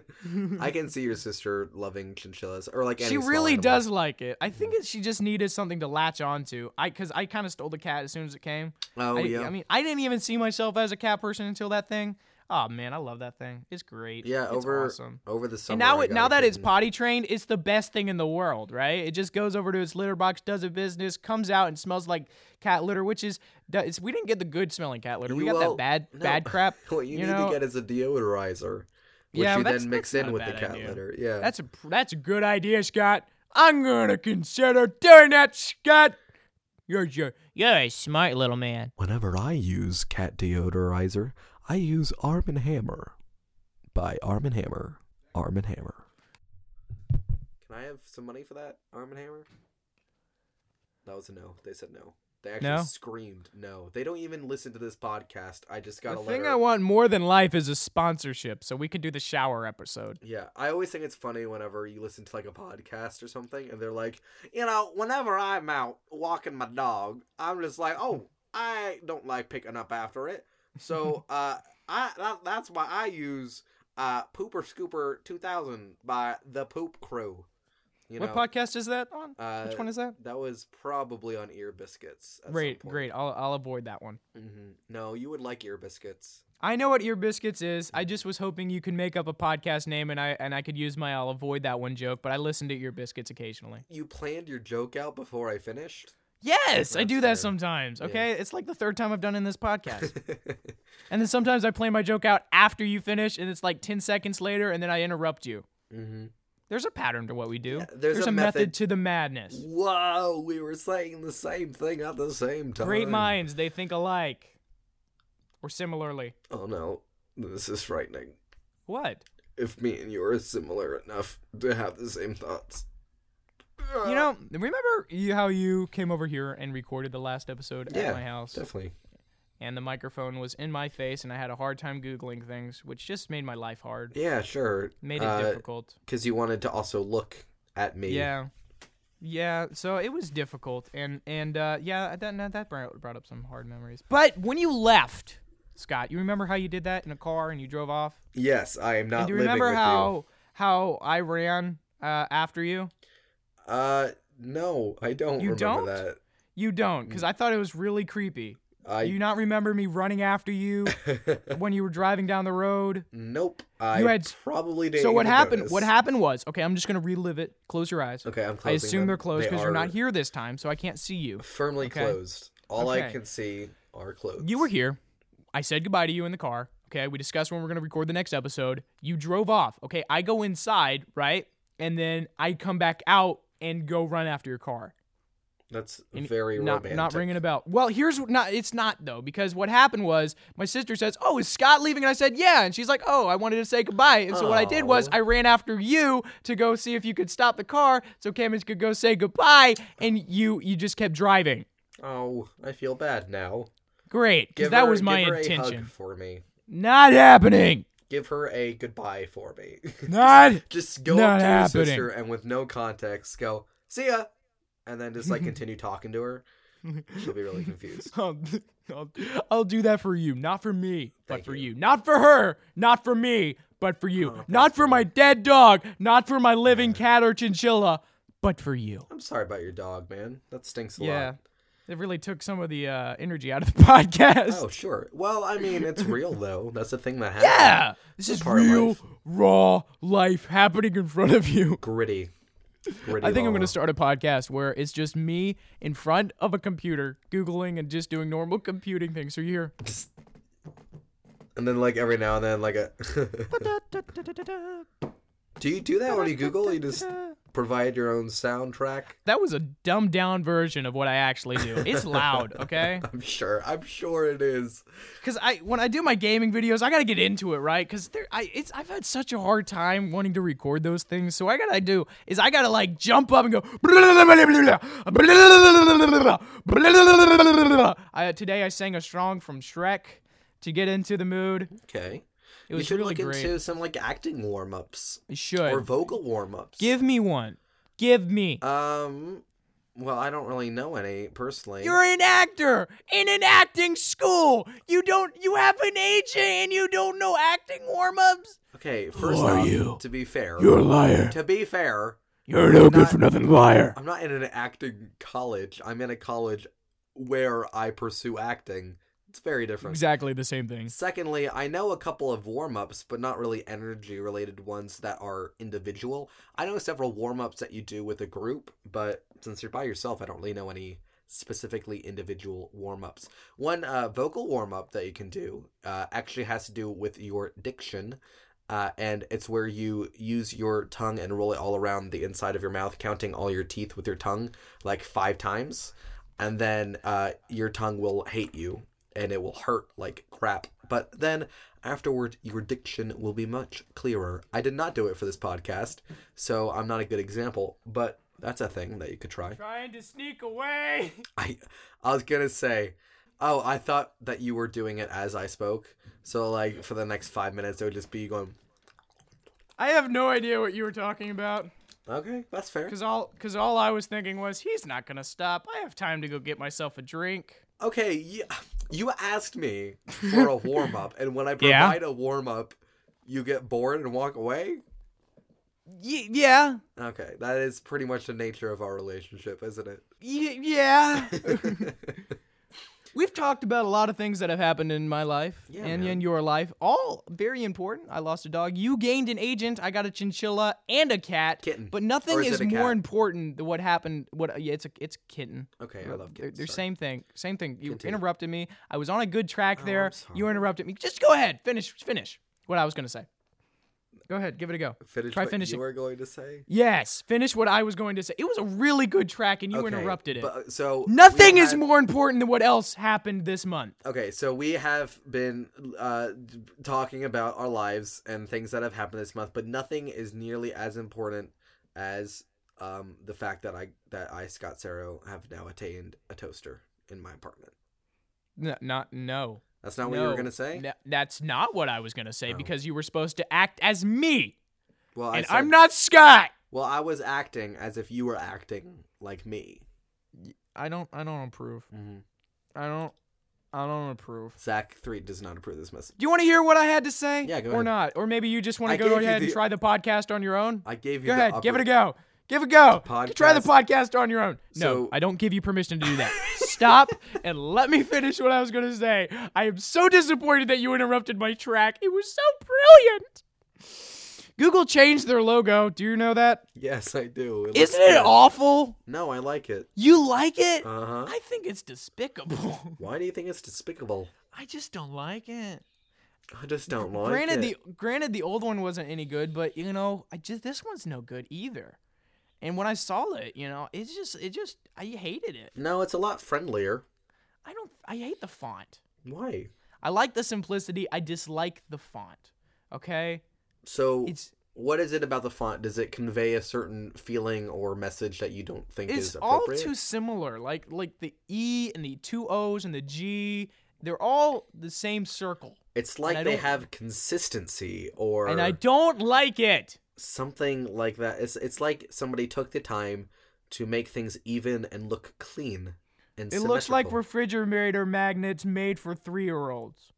Speaker 2: I can see your sister loving chinchillas or like.
Speaker 1: she
Speaker 2: any small
Speaker 1: really
Speaker 2: animal.
Speaker 1: does like it. I think it, she just needed something to latch onto. I because I kind of stole the cat as soon as it came.
Speaker 2: Oh
Speaker 1: I,
Speaker 2: yeah.
Speaker 1: I mean, I didn't even see myself as a cat person until that thing. Oh man, I love that thing. It's great.
Speaker 2: yeah.
Speaker 1: It's
Speaker 2: Over
Speaker 1: awesome.
Speaker 2: over the summer.
Speaker 1: And now,
Speaker 2: I
Speaker 1: it,
Speaker 2: got
Speaker 1: now
Speaker 2: a
Speaker 1: that it's
Speaker 2: kitten.
Speaker 1: potty trained, it's the best thing in the world, right? It just goes over to its litter box, does a business, comes out and smells like cat litter, which is that- it's, we didn't get the good smelling cat litter. we
Speaker 2: You
Speaker 1: got that
Speaker 2: all-
Speaker 1: bad
Speaker 2: (laughs) no.
Speaker 1: bad crap.
Speaker 2: What you, need
Speaker 1: know?
Speaker 2: to get is a deodorizer, which
Speaker 1: Yeah,
Speaker 2: you
Speaker 1: that's-
Speaker 2: then mix
Speaker 1: that's not
Speaker 2: in
Speaker 1: a
Speaker 2: with the
Speaker 1: bad
Speaker 2: cat
Speaker 1: idea.
Speaker 2: litter. Yeah,
Speaker 1: That's a pr- that's a good idea, Scott. I'm gonna consider doing that, Scott. You're you're, you're a smart little man.
Speaker 2: Whenever I use cat deodorizer, I use Arm and Hammer by Arm and Hammer. Arm and Hammer. Can I have some money for that, Arm and Hammer? That was a no. They said no. They actually
Speaker 1: No?
Speaker 2: screamed no. They don't even listen to this podcast. I just got
Speaker 1: The
Speaker 2: a
Speaker 1: thing
Speaker 2: letter.
Speaker 1: I want more than life is a sponsorship, so we can do the shower episode.
Speaker 2: Yeah, I always think it's funny whenever you listen to like a podcast or something, and they're like, you know, whenever I'm out walking my dog, I'm just like,
Speaker 1: (laughs)
Speaker 2: oh, I don't like picking up after it, so uh, I that, that's why I use uh Pooper Scooper 2000 by the Poop Crew. You
Speaker 1: what
Speaker 2: know,
Speaker 1: podcast is that on?
Speaker 2: Uh,
Speaker 1: Which one is that?
Speaker 2: that was probably on Ear Biscuits.
Speaker 1: Great, great. I'll I'll avoid that one.
Speaker 2: Mm-hmm. hmm No, you would like Ear Biscuits.
Speaker 1: I know what ear biscuits is. I just was hoping you could make up a podcast name and I and I could use my I'll avoid that one joke, but I listen to ear biscuits occasionally.
Speaker 2: You planned your joke out before
Speaker 1: (laughs)
Speaker 2: I finished. (laughs)
Speaker 1: Yes, I
Speaker 2: That's
Speaker 1: do that
Speaker 2: fair.
Speaker 1: sometimes. Okay, it's like the third time I've done in this podcast. (laughs) and then sometimes I plan my joke out after you finish, and it's like ten seconds later, and then I interrupt you.
Speaker 2: Mm-hmm.
Speaker 1: There's a pattern to what we do.
Speaker 2: there's a
Speaker 1: method.
Speaker 2: method.
Speaker 1: to the madness.
Speaker 2: Whoa, we were saying the same thing at the same time.
Speaker 1: Great minds, they think alike, or similarly.
Speaker 2: Oh no, this is frightening.
Speaker 1: What?
Speaker 2: If me and you are similar enough to have the same thoughts. Uh,
Speaker 1: You know, remember you, how you came over here and recorded the last episode
Speaker 2: Yeah,
Speaker 1: at my house,
Speaker 2: definitely.
Speaker 1: and the microphone was in my face, and I had a hard time googling things, which just made my life hard,
Speaker 2: Yeah, sure.
Speaker 1: made it difficult.
Speaker 2: Because you wanted to also look at me.
Speaker 1: Yeah, yeah. So it was difficult, and and uh, yeah, that that- that brought brought up some hard memories. But when you left, Scott, you remember how you did that in a car and you drove off.
Speaker 2: Yes, I am not
Speaker 1: and do you
Speaker 2: Uh, living
Speaker 1: remember
Speaker 2: with
Speaker 1: how how I ran uh, after you?
Speaker 2: you. Uh, no, I don't
Speaker 1: You
Speaker 2: remember
Speaker 1: don't?
Speaker 2: that.
Speaker 1: You don't, because I thought it was really creepy.
Speaker 2: Mm. I
Speaker 1: you not remember me running after
Speaker 2: (laughs)
Speaker 1: you when you were driving down the road?
Speaker 2: nope. I
Speaker 1: You had-
Speaker 2: probably didn't.
Speaker 1: So what
Speaker 2: even
Speaker 1: happened?
Speaker 2: notice.
Speaker 1: What happened was okay. I'm just gonna relive it. Close your eyes.
Speaker 2: Okay, I'm
Speaker 1: I
Speaker 2: closing
Speaker 1: assume
Speaker 2: them.
Speaker 1: they're closed
Speaker 2: They
Speaker 1: because you're
Speaker 2: are
Speaker 1: not here this time, so I can't see you.
Speaker 2: Firmly
Speaker 1: Okay.
Speaker 2: closed. All I
Speaker 1: Okay.
Speaker 2: can see are clothes.
Speaker 1: You were here. I said goodbye to you in the car. Okay, we discussed when we're gonna record the next episode. You drove off. Okay, I go inside, right, and then I come back out and go run after your car.
Speaker 2: That's
Speaker 1: And
Speaker 2: very
Speaker 1: not
Speaker 2: romantic.
Speaker 1: not ringing a bell. Well, here's what- not it's not though because what happened was my sister says, "Oh, is Scott leaving?" And I said, "Yeah," and she's like, "Oh, I wanted to say goodbye." And so what I did was
Speaker 2: Aw.
Speaker 1: I ran after you to go see if you could stop the car so Camus could go say goodbye, and you you just kept driving.
Speaker 2: Oh, I feel bad now.
Speaker 1: Great,
Speaker 2: Give
Speaker 1: because that
Speaker 2: her-
Speaker 1: was my
Speaker 2: give her A
Speaker 1: intention.
Speaker 2: hug for me.
Speaker 1: Not happening.
Speaker 2: Give her a goodbye for me. (laughs)
Speaker 1: Not.
Speaker 2: just go
Speaker 1: Not
Speaker 2: up to
Speaker 1: happening.
Speaker 2: your sister and with no context go see ya, and then
Speaker 1: (laughs)
Speaker 2: just like continue talking to her. She'll be really confused.
Speaker 1: I'll, I'll, I'll do that for you, not for me, but
Speaker 2: Thank
Speaker 1: for you.
Speaker 2: you. Oh,
Speaker 1: Not for her, not for me, but for you.
Speaker 2: thanks,
Speaker 1: not for my dead dog, not for my living cat or chinchilla, but for you.
Speaker 2: I'm sorry about your dog, man. That stinks a
Speaker 1: Yeah.
Speaker 2: lot.
Speaker 1: It really took some of the uh, energy out of the (laughs) podcast.
Speaker 2: Oh sure. Well, I mean,
Speaker 1: (laughs)
Speaker 2: it's real though. That's the thing that happened.
Speaker 1: yeah. This is
Speaker 2: part of
Speaker 1: real,
Speaker 2: life.
Speaker 1: raw life happening in front of you.
Speaker 2: Gritty. Gritty.
Speaker 1: I think I'm
Speaker 2: Lala.
Speaker 1: going to start a podcast where it's just me in front of a computer, Googling and just doing normal computing things. So you hear.
Speaker 2: And then like every now and then like a. (laughs) do you
Speaker 1: (laughs)
Speaker 2: do that when you Google? You just provide your own soundtrack.
Speaker 1: That was a dumbed down version of what I actually do. It's loud, okay?
Speaker 2: (laughs) I'm sure. I'm sure it is.
Speaker 1: Because I when I do my gaming videos, I gotta get into it, right? Because I it's I've had such a hard time wanting to record those things. So what I gotta do is I gotta like jump up and go. (laughs) I, today I sang a song from Shrek to get into the mood.
Speaker 2: Okay.
Speaker 1: It
Speaker 2: you
Speaker 1: was
Speaker 2: should
Speaker 1: really
Speaker 2: look
Speaker 1: great.
Speaker 2: into some like acting warm ups
Speaker 1: I should
Speaker 2: or vocal warm ups.
Speaker 1: give me one. Give me.
Speaker 2: Um. Well, I don't really know any personally.
Speaker 1: You're an actor in an acting school. You don't. You have an agent, and you don't know acting warm-ups.
Speaker 2: okay. First
Speaker 1: are
Speaker 2: off,
Speaker 1: you?
Speaker 2: to be fair,
Speaker 1: a liar.
Speaker 2: to be fair,
Speaker 1: You're no
Speaker 2: good for
Speaker 1: nothing liar.
Speaker 2: I'm not in an acting college. I'm in a college where I pursue acting. It's very different.
Speaker 1: Exactly the same thing.
Speaker 2: Secondly, I know a couple of warm ups, but not really energy related ones that are individual. I know several warm ups that you do with a group, but since you're by yourself, I don't really know any specifically individual warm ups. One uh, vocal warm up that you can do uh, actually has to do with your diction. Uh, and it's where you use your tongue and roll it all around the inside of your mouth, counting all your teeth with your tongue like five times. And then uh, your tongue will hate you and it will hurt like crap. But then afterward, your diction will be much clearer. I did not do it for this podcast, so I'm not a good example, but that's a thing that you could try. (laughs)
Speaker 1: Trying to sneak away.
Speaker 2: I I was gonna say, oh, I thought that you were doing it as I spoke. So like for the next five minutes, it would just be you going,
Speaker 1: I have no idea what you were talking about.
Speaker 2: okay, that's fair.
Speaker 1: Cause all, cause all I was thinking was, he's not gonna stop. I have time to go get myself a drink.
Speaker 2: Okay, you, you asked me for a warm up, and when I
Speaker 1: Yeah.
Speaker 2: provide a warm up, you get bored and walk away.
Speaker 1: Y- yeah,
Speaker 2: Okay, that is (laughs) pretty much the nature of our relationship, isn't it?
Speaker 1: y- yeah. We've talked about a lot of things that have happened in my life
Speaker 2: Yeah,
Speaker 1: and
Speaker 2: man.
Speaker 1: in your life. All very important. I lost a dog. You gained an agent. I got a chinchilla and a cat.
Speaker 2: Kitten.
Speaker 1: But nothing
Speaker 2: Or is
Speaker 1: is,
Speaker 2: it a
Speaker 1: more
Speaker 2: cat?
Speaker 1: important than what happened. What? Yeah, it's a it's kitten.
Speaker 2: Okay, I love
Speaker 1: They're,
Speaker 2: kids.
Speaker 1: they're
Speaker 2: sorry.
Speaker 1: same thing. Same thing. You
Speaker 2: Continue. Oh,
Speaker 1: interrupted me. I was on a good track there.
Speaker 2: sorry.
Speaker 1: You interrupted me. Just go ahead. Finish. Finish what I was gonna say. Go ahead. Give it a go.
Speaker 2: Finish
Speaker 1: Try
Speaker 2: what
Speaker 1: finishing.
Speaker 2: you were going to say.
Speaker 1: Yes. Finish what I was going to say. It was a really good track, and you
Speaker 2: Okay,
Speaker 1: interrupted it.
Speaker 2: But, so
Speaker 1: Nothing
Speaker 2: we
Speaker 1: is
Speaker 2: had-
Speaker 1: more important than what else happened this month.
Speaker 2: Okay, so we have been uh, talking about our lives and things that have happened this month, but nothing is nearly as important as um, the fact that I that I Scott Sarrow have now attained a toaster in my apartment.
Speaker 1: No, not no.
Speaker 2: That's not what you were
Speaker 1: No.
Speaker 2: gonna say.
Speaker 1: No, that's not what I was gonna say
Speaker 2: Oh.
Speaker 1: because you were supposed to act as me,
Speaker 2: Well, I
Speaker 1: and
Speaker 2: said,
Speaker 1: I'm not Scott.
Speaker 2: Well, I was acting as if you were acting like me.
Speaker 1: I don't. I don't approve.
Speaker 2: Mm-hmm.
Speaker 1: I don't. I don't approve.
Speaker 2: Zach three does not approve this message.
Speaker 1: Do you want to hear what I had to say?
Speaker 2: Yeah, go
Speaker 1: or
Speaker 2: ahead.
Speaker 1: not, or maybe you just want
Speaker 2: I
Speaker 1: to go
Speaker 2: gave you
Speaker 1: ahead and
Speaker 2: the-
Speaker 1: try the podcast on your own.
Speaker 2: I gave you.
Speaker 1: Go
Speaker 2: the
Speaker 1: ahead, give
Speaker 2: upper-
Speaker 1: it a go. Give it a go.
Speaker 2: Podcast-
Speaker 1: Try the podcast on your own. No,
Speaker 2: So-
Speaker 1: I don't give you permission to do that. Stop and let me finish what I was going to say. I am so disappointed that you interrupted my track. It was so brilliant. Google changed their logo. Do you know that?
Speaker 2: Yes, I do. It
Speaker 1: Isn't
Speaker 2: looks
Speaker 1: it
Speaker 2: good.
Speaker 1: awful?
Speaker 2: No, I like it.
Speaker 1: You like it?
Speaker 2: Uh huh.
Speaker 1: I think it's despicable. (laughs)
Speaker 2: Why do you think it's despicable?
Speaker 1: I just don't like it.
Speaker 2: I just don't like it.
Speaker 1: granted the granted the old one wasn't any good, but you know, I just this one's no good either. And when I saw it, you know, it's just it just I hated it.
Speaker 2: No, it's a lot friendlier.
Speaker 1: I don't I hate the font.
Speaker 2: Why?
Speaker 1: I like the simplicity, I dislike the font. Okay?
Speaker 2: So,
Speaker 1: It's
Speaker 2: what is it about the font? Does it convey a certain feeling or message that you don't think
Speaker 1: it's
Speaker 2: is
Speaker 1: all
Speaker 2: appropriate?
Speaker 1: too similar. Like like the E and the two O's and the G, they're all the same circle.
Speaker 2: it's
Speaker 1: I
Speaker 2: like they
Speaker 1: don't-
Speaker 2: have consistency or
Speaker 1: And I don't like it.
Speaker 2: something like that. It's it's like somebody took the time to make things even and look clean and
Speaker 1: It looks like
Speaker 2: symmetrical.
Speaker 1: refrigerator magnets made for 3-year-olds.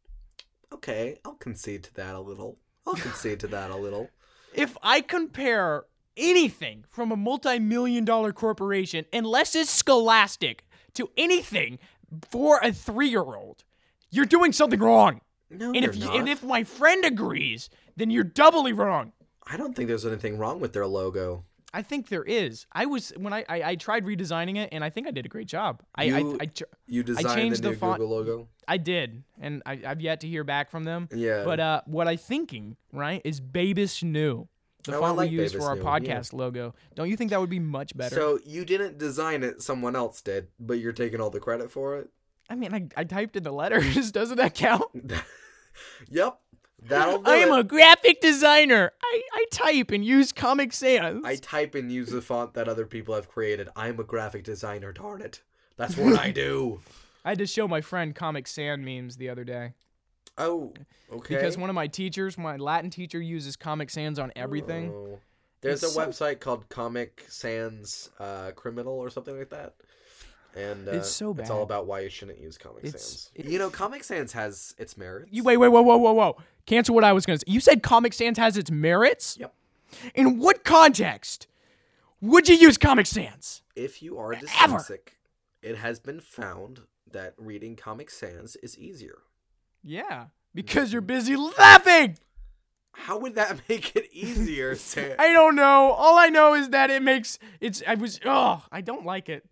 Speaker 2: okay. I'll concede to that a little. I'll concede to that a
Speaker 1: (laughs)
Speaker 2: little.
Speaker 1: if I compare anything from a multi-million dollar corporation, unless it's Scholastic, to anything for a three-year-old, you're doing something wrong.
Speaker 2: No,
Speaker 1: And
Speaker 2: you're
Speaker 1: if you,
Speaker 2: not.
Speaker 1: and if my friend agrees, then you're doubly wrong.
Speaker 2: I don't think there's anything wrong with their logo.
Speaker 1: I think there is. I was when I I, I tried redesigning it, and I think I did a great job. I
Speaker 2: You-
Speaker 1: I, I, tr-
Speaker 2: You designed
Speaker 1: changed the
Speaker 2: the new
Speaker 1: font-
Speaker 2: Google logo.
Speaker 1: I did, and I, I've yet to hear back from them.
Speaker 2: Yeah.
Speaker 1: But uh, what I'm thinking, right, is Babish New, the
Speaker 2: Oh, I
Speaker 1: font
Speaker 2: like
Speaker 1: we use for
Speaker 2: Babus
Speaker 1: our
Speaker 2: New, yeah.
Speaker 1: podcast logo. Don't you think that would be much better?
Speaker 2: So you didn't design it, someone else did, but you're taking all the credit for it?
Speaker 1: I mean, I, I typed in the letters. (laughs) Doesn't that count?
Speaker 2: Yep. That'll
Speaker 1: (laughs)
Speaker 2: do
Speaker 1: I am
Speaker 2: it.
Speaker 1: a graphic designer. I, I type and use Comic Sans.
Speaker 2: I type and use the font that other people have created. I'm a graphic designer, darn it. That's
Speaker 1: (laughs)
Speaker 2: what I do.
Speaker 1: I had to show my friend Comic Sans memes the other day
Speaker 2: Oh, okay.
Speaker 1: because one of my teachers, my Latin teacher, uses Comic Sans on everything.
Speaker 2: Oh. There's
Speaker 1: It's
Speaker 2: a
Speaker 1: so-
Speaker 2: website called Comic Sans uh, Criminal or something like that. And uh,
Speaker 1: It's so
Speaker 2: It's all
Speaker 1: bad.
Speaker 2: about why you shouldn't use Comic
Speaker 1: It's-
Speaker 2: Sans.
Speaker 1: it-
Speaker 2: you know, Comic Sans has its merits.
Speaker 1: You wait, wait, whoa, whoa, whoa, whoa! Cancel what I was gonna say. You said Comic Sans has its merits.
Speaker 2: Yep.
Speaker 1: In what context would you use Comic Sans?
Speaker 2: if you are
Speaker 1: Ever.
Speaker 2: dyslexic, it has been found that reading Comic Sans is easier.
Speaker 1: Yeah, because you're busy laughing.
Speaker 2: How would that (laughs) make it
Speaker 1: (laughs)
Speaker 2: easier, Sam?
Speaker 1: I don't know. All I know is that it makes it's. I was. Oh, I don't like it.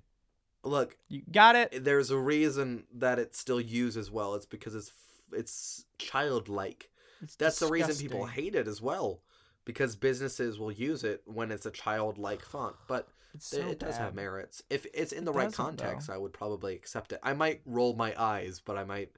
Speaker 2: Look,
Speaker 1: You got it.
Speaker 2: there's a reason that it's still used as well. It's because it's it's childlike.
Speaker 1: It's
Speaker 2: That's the reason people
Speaker 1: disgusting.
Speaker 2: hate it as well, because businesses will use it when it's a childlike font. But
Speaker 1: It's
Speaker 2: it,
Speaker 1: so
Speaker 2: it does have
Speaker 1: bad.
Speaker 2: merits. If it's in
Speaker 1: It
Speaker 2: the right
Speaker 1: doesn't, though.
Speaker 2: context, I would probably accept it. I might roll my eyes, but I might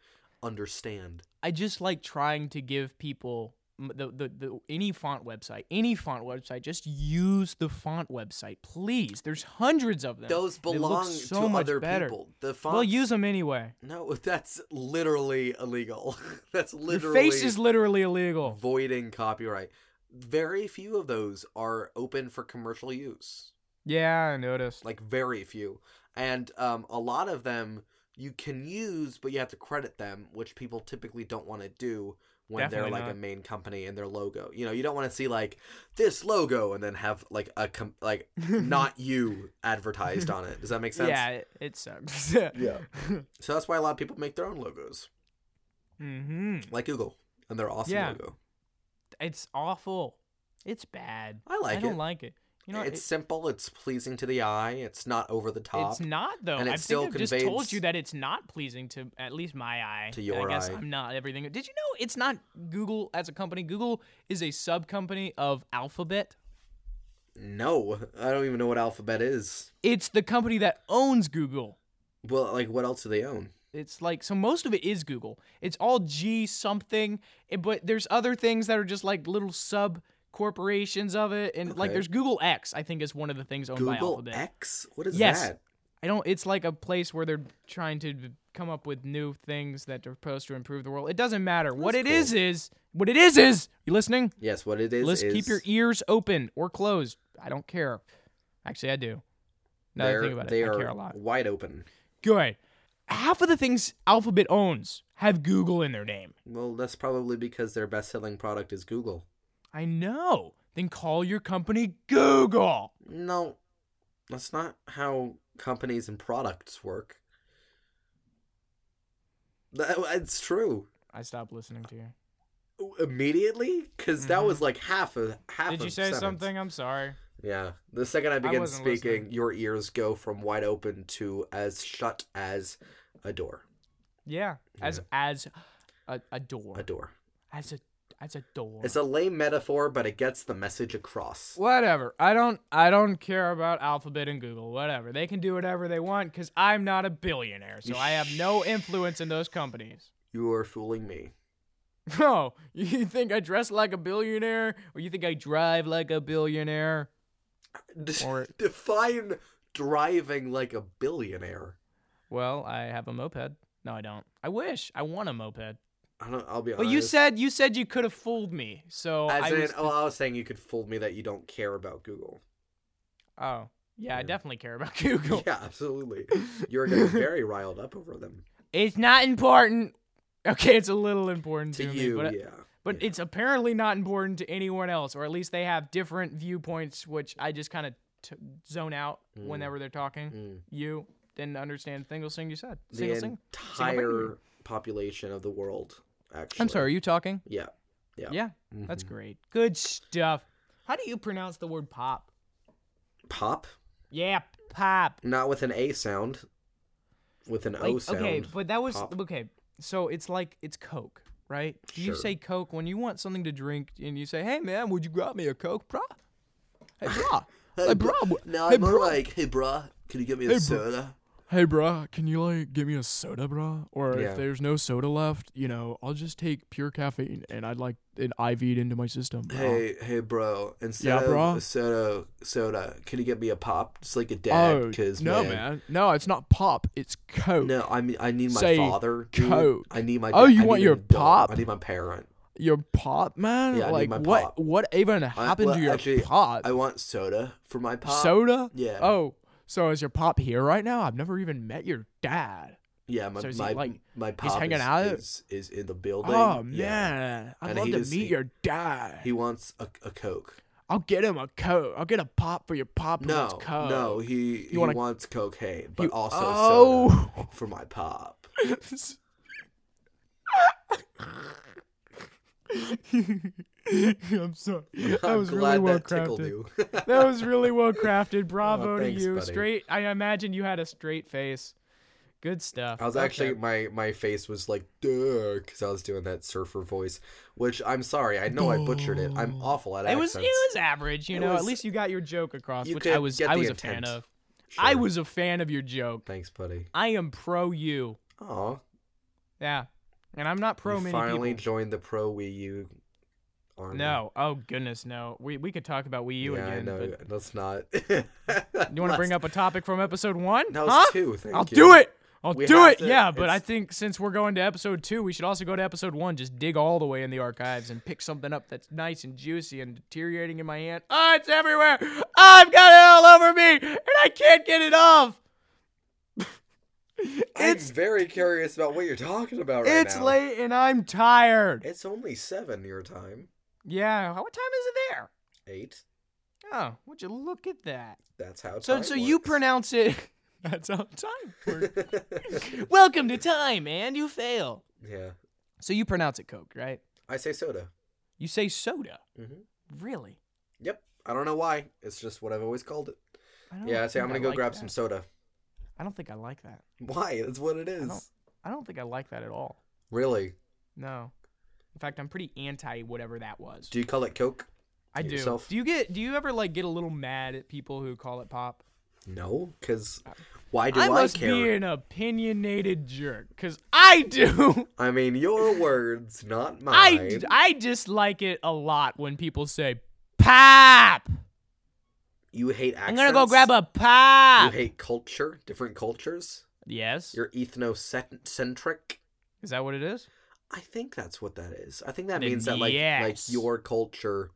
Speaker 2: understand.
Speaker 1: I just like trying to give people m- the, the the any font website, any font website. Just use the font website, please. There's hundreds of them.
Speaker 2: Those
Speaker 1: They look
Speaker 2: belong
Speaker 1: so
Speaker 2: to
Speaker 1: much
Speaker 2: other
Speaker 1: better.
Speaker 2: people. The font.
Speaker 1: We'll use them anyway.
Speaker 2: No, (laughs) that's literally illegal. (laughs) that's
Speaker 1: Your
Speaker 2: literally
Speaker 1: face is literally illegal.
Speaker 2: voiding copyright. Very few of those are open for commercial use.
Speaker 1: Yeah, I noticed.
Speaker 2: Like very few. And um, a lot of them you can use, but you have to credit them, which people typically don't want to do when
Speaker 1: Definitely
Speaker 2: they're like
Speaker 1: not.
Speaker 2: a main company and their logo. You know, you don't want to see like this logo and then have like a com-
Speaker 1: (laughs)
Speaker 2: like not you advertised on it. Does that make sense?
Speaker 1: Yeah, it, it sucks. (laughs)
Speaker 2: Yeah. So that's why a lot of people make their own logos,
Speaker 1: hmm
Speaker 2: like Google, and they're awesome
Speaker 1: Yeah.
Speaker 2: logo.
Speaker 1: It's awful. It's bad.
Speaker 2: I like
Speaker 1: I don't
Speaker 2: it.
Speaker 1: like it. You know,
Speaker 2: it's
Speaker 1: it-
Speaker 2: simple. It's pleasing to the eye. It's not over the top.
Speaker 1: it's not though.
Speaker 2: and it
Speaker 1: I
Speaker 2: still
Speaker 1: think I've just told
Speaker 2: conveys-
Speaker 1: you that it's not pleasing to at least my eye.
Speaker 2: To your
Speaker 1: I guess
Speaker 2: eye.
Speaker 1: I'm not everything. Did you know it's not Google as a company? Google is a sub company of Alphabet.
Speaker 2: No, I don't even know what Alphabet is.
Speaker 1: It's the company that owns Google.
Speaker 2: Well, like what else do they own?
Speaker 1: It's like so most of it is Google. It's all G something, eh, but there's other things that are just like little sub corporations of it and like
Speaker 2: Okay.
Speaker 1: there's Google X, I think is one of the things owned by
Speaker 2: Google
Speaker 1: Alphabet.
Speaker 2: X? What is
Speaker 1: Yes.
Speaker 2: that?
Speaker 1: I don't. It's like a place where they're trying to d- come up with new things that are supposed to improve the world. It doesn't matter. what it
Speaker 2: cool.
Speaker 1: is is what it is is. You listening?
Speaker 2: Yes, what it is
Speaker 1: Let's keep
Speaker 2: is
Speaker 1: your e- ears open or closed. I don't care. Actually, I do. Now that I
Speaker 2: they're-
Speaker 1: think about
Speaker 2: they
Speaker 1: it, I
Speaker 2: are
Speaker 1: care a lot.
Speaker 2: wide open.
Speaker 1: Good. Half of the things Alphabet owns have Google in their name.
Speaker 2: Well, that's probably because their best-selling product is Google.
Speaker 1: I know. Then call your company Google.
Speaker 2: No, that's not how companies and products work. That, it's true.
Speaker 1: I stopped listening to you.
Speaker 2: Immediately, because that was like half of half.
Speaker 1: Mm-hmm. Did you
Speaker 2: of
Speaker 1: say
Speaker 2: sentence.
Speaker 1: something? I'm sorry.
Speaker 2: Yeah. The second I begin
Speaker 1: wasn't listening.
Speaker 2: speaking, your ears go from wide open to as shut as a door.
Speaker 1: Yeah. As as a, a door.
Speaker 2: A door.
Speaker 1: As a as a door.
Speaker 2: It's a lame metaphor, but it gets the message across.
Speaker 1: Whatever. I don't I don't care about Alphabet and Google. Whatever. They can do whatever they want cuz I'm not a billionaire. So I have no influence in those companies. (laughs)
Speaker 2: You are fooling me.
Speaker 1: Oh, you think I dress like a billionaire or you think I drive like a billionaire? Or-
Speaker 2: (laughs) Define driving like a billionaire.
Speaker 1: Well, I have a moped. No, I don't. I wish. I want a moped.
Speaker 2: I don't. I'll be honest.
Speaker 1: But you said you said you could have fooled me. So
Speaker 2: As
Speaker 1: I
Speaker 2: in,
Speaker 1: was
Speaker 2: oh, I was saying you could fool me that you don't care
Speaker 1: (laughs)
Speaker 2: about Google.
Speaker 1: Oh. Yeah, I definitely care about (laughs) Google.
Speaker 2: Yeah, absolutely. You're
Speaker 1: (laughs)
Speaker 2: getting very riled up over them.
Speaker 1: It's not important. Okay, it's a little important
Speaker 2: To
Speaker 1: to,
Speaker 2: you,
Speaker 1: me, but
Speaker 2: yeah.
Speaker 1: But it's apparently not important to anyone else, or at least they have different viewpoints, which I just kind of t- zone out
Speaker 2: Mm.
Speaker 1: whenever they're talking. You didn't understand a single thing you said.
Speaker 2: The
Speaker 1: Single thing.
Speaker 2: entire population of the world. Actually,
Speaker 1: I'm sorry, are you talking?
Speaker 2: Yeah. Yeah. Mm-hmm.
Speaker 1: Yeah, that's great. Good stuff. How do you pronounce the word pop?
Speaker 2: Pop,
Speaker 1: Yeah, pop.
Speaker 2: not with an A sound, with an O
Speaker 1: Like,
Speaker 2: sound.
Speaker 1: Okay, but that was
Speaker 2: Pop.
Speaker 1: okay. So it's like it's Coke, right? Do you
Speaker 2: Sure.
Speaker 1: say Coke when you want something to drink and you say, "Hey man, would you grab me a Coke, brah?" Hey brah, hey brah, w-
Speaker 2: now
Speaker 1: hey
Speaker 2: I'm more
Speaker 1: brah,
Speaker 2: like, hey, bruh, can you get me a soda?
Speaker 1: hey brah, can you like give me a soda, brah? Or
Speaker 2: Yeah.
Speaker 1: if there's no soda left, you know, I'll just take pure caffeine and I'd like an IV'd into my system. brah."
Speaker 2: Hey, hey, bro. Instead
Speaker 1: Oh. Yeah, bro?
Speaker 2: of a soda, soda, can you get me a pop? Just like a dad,
Speaker 1: oh,
Speaker 2: because
Speaker 1: no, man. no, it's not pop, it's Coke.
Speaker 2: No, I mean, I need my
Speaker 1: Say
Speaker 2: father. dude.
Speaker 1: Coke.
Speaker 2: I need my.
Speaker 1: Oh,
Speaker 2: dad.
Speaker 1: you
Speaker 2: I
Speaker 1: want
Speaker 2: need
Speaker 1: your
Speaker 2: an adult.
Speaker 1: pop?
Speaker 2: I need my parent.
Speaker 1: Your pop, man.
Speaker 2: Yeah, I need
Speaker 1: like
Speaker 2: my
Speaker 1: what?
Speaker 2: pop.
Speaker 1: What even
Speaker 2: I-
Speaker 1: happened
Speaker 2: well,
Speaker 1: to your
Speaker 2: actually,
Speaker 1: pop?
Speaker 2: I want soda for my pop.
Speaker 1: soda?
Speaker 2: Yeah.
Speaker 1: Oh, so is your pop here right now? I've never even met your dad.
Speaker 2: Yeah, my
Speaker 1: So is he,
Speaker 2: my,
Speaker 1: like,
Speaker 2: my pop is,
Speaker 1: hanging out?
Speaker 2: Is, is in the building.
Speaker 1: oh
Speaker 2: Yeah.
Speaker 1: man, I'd
Speaker 2: And
Speaker 1: love
Speaker 2: he
Speaker 1: to
Speaker 2: just-
Speaker 1: meet
Speaker 2: he-
Speaker 1: your dad.
Speaker 2: He wants a, a Coke.
Speaker 1: I'll get him a coat. I'll get a pop for your pop. who
Speaker 2: No,
Speaker 1: wants coke.
Speaker 2: no, he he
Speaker 1: wanna-
Speaker 2: wants cocaine, but
Speaker 1: You-
Speaker 2: also
Speaker 1: Oh.
Speaker 2: soda for my pop.
Speaker 1: (laughs) I'm sorry. (laughs) That
Speaker 2: I'm
Speaker 1: was really
Speaker 2: glad
Speaker 1: well
Speaker 2: that tickled
Speaker 1: crafted.
Speaker 2: you. Oh,
Speaker 1: That was really well
Speaker 2: (laughs)
Speaker 1: crafted. Bravo
Speaker 2: thanks,
Speaker 1: to you.
Speaker 2: buddy.
Speaker 1: Straight. I imagine you had a straight face. Good stuff.
Speaker 2: I was
Speaker 1: Okay.
Speaker 2: actually my my face was like duh because I was doing that surfer voice, which I'm sorry, I know I butchered it. I'm awful at
Speaker 1: It was
Speaker 2: accents.
Speaker 1: it was average, you know.
Speaker 2: was-
Speaker 1: At least you got your joke across,
Speaker 2: you
Speaker 1: which
Speaker 2: could
Speaker 1: I was
Speaker 2: get
Speaker 1: I
Speaker 2: the
Speaker 1: was a fan
Speaker 2: intent.
Speaker 1: of.
Speaker 2: Sure.
Speaker 1: I was a fan of your joke.
Speaker 2: Thanks, buddy.
Speaker 1: I am pro you.
Speaker 2: Aw,
Speaker 1: Yeah, and I'm not pro
Speaker 2: you
Speaker 1: many
Speaker 2: finally
Speaker 1: people.
Speaker 2: joined the pro Wii U army.
Speaker 1: No, oh goodness, no. We we could talk about Wii U
Speaker 2: yeah,
Speaker 1: again,
Speaker 2: I know.
Speaker 1: but
Speaker 2: Let's not. (laughs)
Speaker 1: you want to bring up a topic from episode one?
Speaker 2: That was
Speaker 1: huh?
Speaker 2: two. Thank
Speaker 1: I'll
Speaker 2: you.
Speaker 1: do it. I'll
Speaker 2: We
Speaker 1: do
Speaker 2: have
Speaker 1: it.
Speaker 2: to-
Speaker 1: yeah, but
Speaker 2: it's-
Speaker 1: I think since we're going to episode two, we should also go to episode one. Just dig all the way in the archives and pick something up that's nice and juicy and deteriorating in my hand. Oh, it's everywhere. Ah,
Speaker 2: (laughs)
Speaker 1: I've got it all over me, and I can't get it off. It's-
Speaker 2: I'm very curious about what you're talking about right
Speaker 1: it's
Speaker 2: now.
Speaker 1: late and I'm tired.
Speaker 2: It's only seven your time.
Speaker 1: Yeah. What time is it there?
Speaker 2: Eight.
Speaker 1: Oh, would you look at that?
Speaker 2: That's how.
Speaker 1: So,
Speaker 2: time
Speaker 1: so you
Speaker 2: works.
Speaker 1: pronounce it. (laughs) That's how time
Speaker 2: (laughs)
Speaker 1: works. (laughs) Welcome to time, man. You fail.
Speaker 2: yeah,
Speaker 1: So you pronounce it Coke, right?
Speaker 2: I say soda.
Speaker 1: You say soda.
Speaker 2: Mhm.
Speaker 1: Really?
Speaker 2: Yep. I don't know why. It's just what I've always called it.
Speaker 1: Oh, I don't
Speaker 2: yeah, I say
Speaker 1: think
Speaker 2: I'm gonna go
Speaker 1: like
Speaker 2: grab
Speaker 1: that.
Speaker 2: some soda.
Speaker 1: I don't think I like that.
Speaker 2: Why? That's what it
Speaker 1: don't-
Speaker 2: is.
Speaker 1: I don't think I like that at all.
Speaker 2: Really?
Speaker 1: No. In fact, I'm pretty anti whatever that was.
Speaker 2: Do you call it Coke?
Speaker 1: I do.
Speaker 2: yourself?
Speaker 1: Do you get? Do you ever like get a little mad at people who call it pop?
Speaker 2: No, because why do
Speaker 1: Uh, I
Speaker 2: I,
Speaker 1: must
Speaker 2: care?
Speaker 1: be an opinionated jerk because I do. (laughs)
Speaker 2: I mean, your words, not mine.
Speaker 1: I d- I dislike it a lot when people say pop.
Speaker 2: You hate accents.
Speaker 1: I'm gonna go grab a pop.
Speaker 2: You hate culture, different cultures.
Speaker 1: yes.
Speaker 2: You're ethnocentric.
Speaker 1: Is that what it is?
Speaker 2: I think that's what that is. I think that
Speaker 1: Then
Speaker 2: means that like like
Speaker 1: yes.
Speaker 2: your culture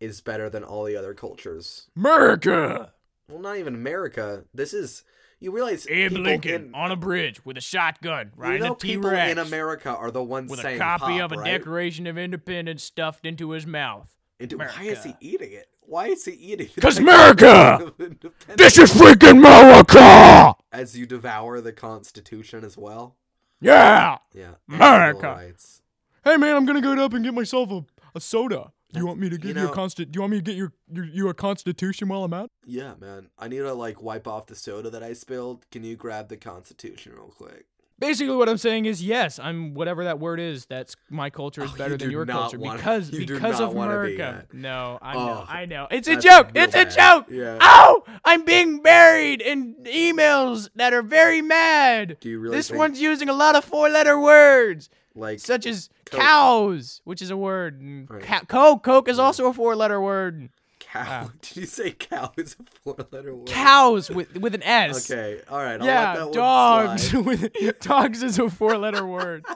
Speaker 2: is better than all the other cultures.
Speaker 1: America.
Speaker 2: Well, not even America. This is you realize
Speaker 1: Abe
Speaker 2: people
Speaker 1: Lincoln
Speaker 2: in,
Speaker 1: on a bridge with a shotgun,
Speaker 2: you
Speaker 1: riding
Speaker 2: know
Speaker 1: a T
Speaker 2: people
Speaker 1: Rex,
Speaker 2: in America are the ones
Speaker 1: with a
Speaker 2: saying
Speaker 1: copy of
Speaker 2: pop,
Speaker 1: a
Speaker 2: right?
Speaker 1: Declaration of Independence stuffed into his mouth.
Speaker 2: And dude, why is he
Speaker 1: America.
Speaker 2: eating it? Why is he eating? the (laughs)
Speaker 1: 'Cause
Speaker 2: Declaration of Independence
Speaker 1: is freaking America!
Speaker 2: as you devour the Constitution as well.
Speaker 1: Yeah.
Speaker 2: Yeah, and civil
Speaker 1: America.
Speaker 2: rights.
Speaker 1: Hey man, I'm gonna go up and get myself a, a soda. You want me to
Speaker 2: you
Speaker 1: give you,
Speaker 2: know-
Speaker 1: a constant? Do you want me to get your, your you a constitution while I'm out?
Speaker 2: Yeah, man. I need to like wipe off the soda that I spilled. Can you grab the Constitution real quick?
Speaker 1: Basically, what I'm saying is yes. I'm whatever that word is. That's my culture is
Speaker 2: Oh, you
Speaker 1: better than
Speaker 2: do
Speaker 1: your
Speaker 2: not
Speaker 1: culture
Speaker 2: wanna-
Speaker 1: because
Speaker 2: you do
Speaker 1: because
Speaker 2: not
Speaker 1: of
Speaker 2: wanna be
Speaker 1: America.
Speaker 2: that.
Speaker 1: No, I
Speaker 2: Oh,
Speaker 1: know, I know. It's a
Speaker 2: that's
Speaker 1: joke.
Speaker 2: real
Speaker 1: It's a
Speaker 2: bad.
Speaker 1: joke.
Speaker 2: Yeah.
Speaker 1: Oh, I'm being buried in emails that are very mad.
Speaker 2: Do you really
Speaker 1: this
Speaker 2: think-
Speaker 1: one's using a lot of four-letter words.
Speaker 2: Like
Speaker 1: such as
Speaker 2: Coke.
Speaker 1: cows, which is a word. and
Speaker 2: Right.
Speaker 1: Ca- Coke, Coke is also a four-letter word.
Speaker 2: cow? (laughs) Did you say cow is a four-letter word?
Speaker 1: Cows with with an S.
Speaker 2: Okay, all right. I'll let
Speaker 1: Yeah,
Speaker 2: that One
Speaker 1: dogs (laughs)
Speaker 2: slide.
Speaker 1: with dogs is a four-letter word.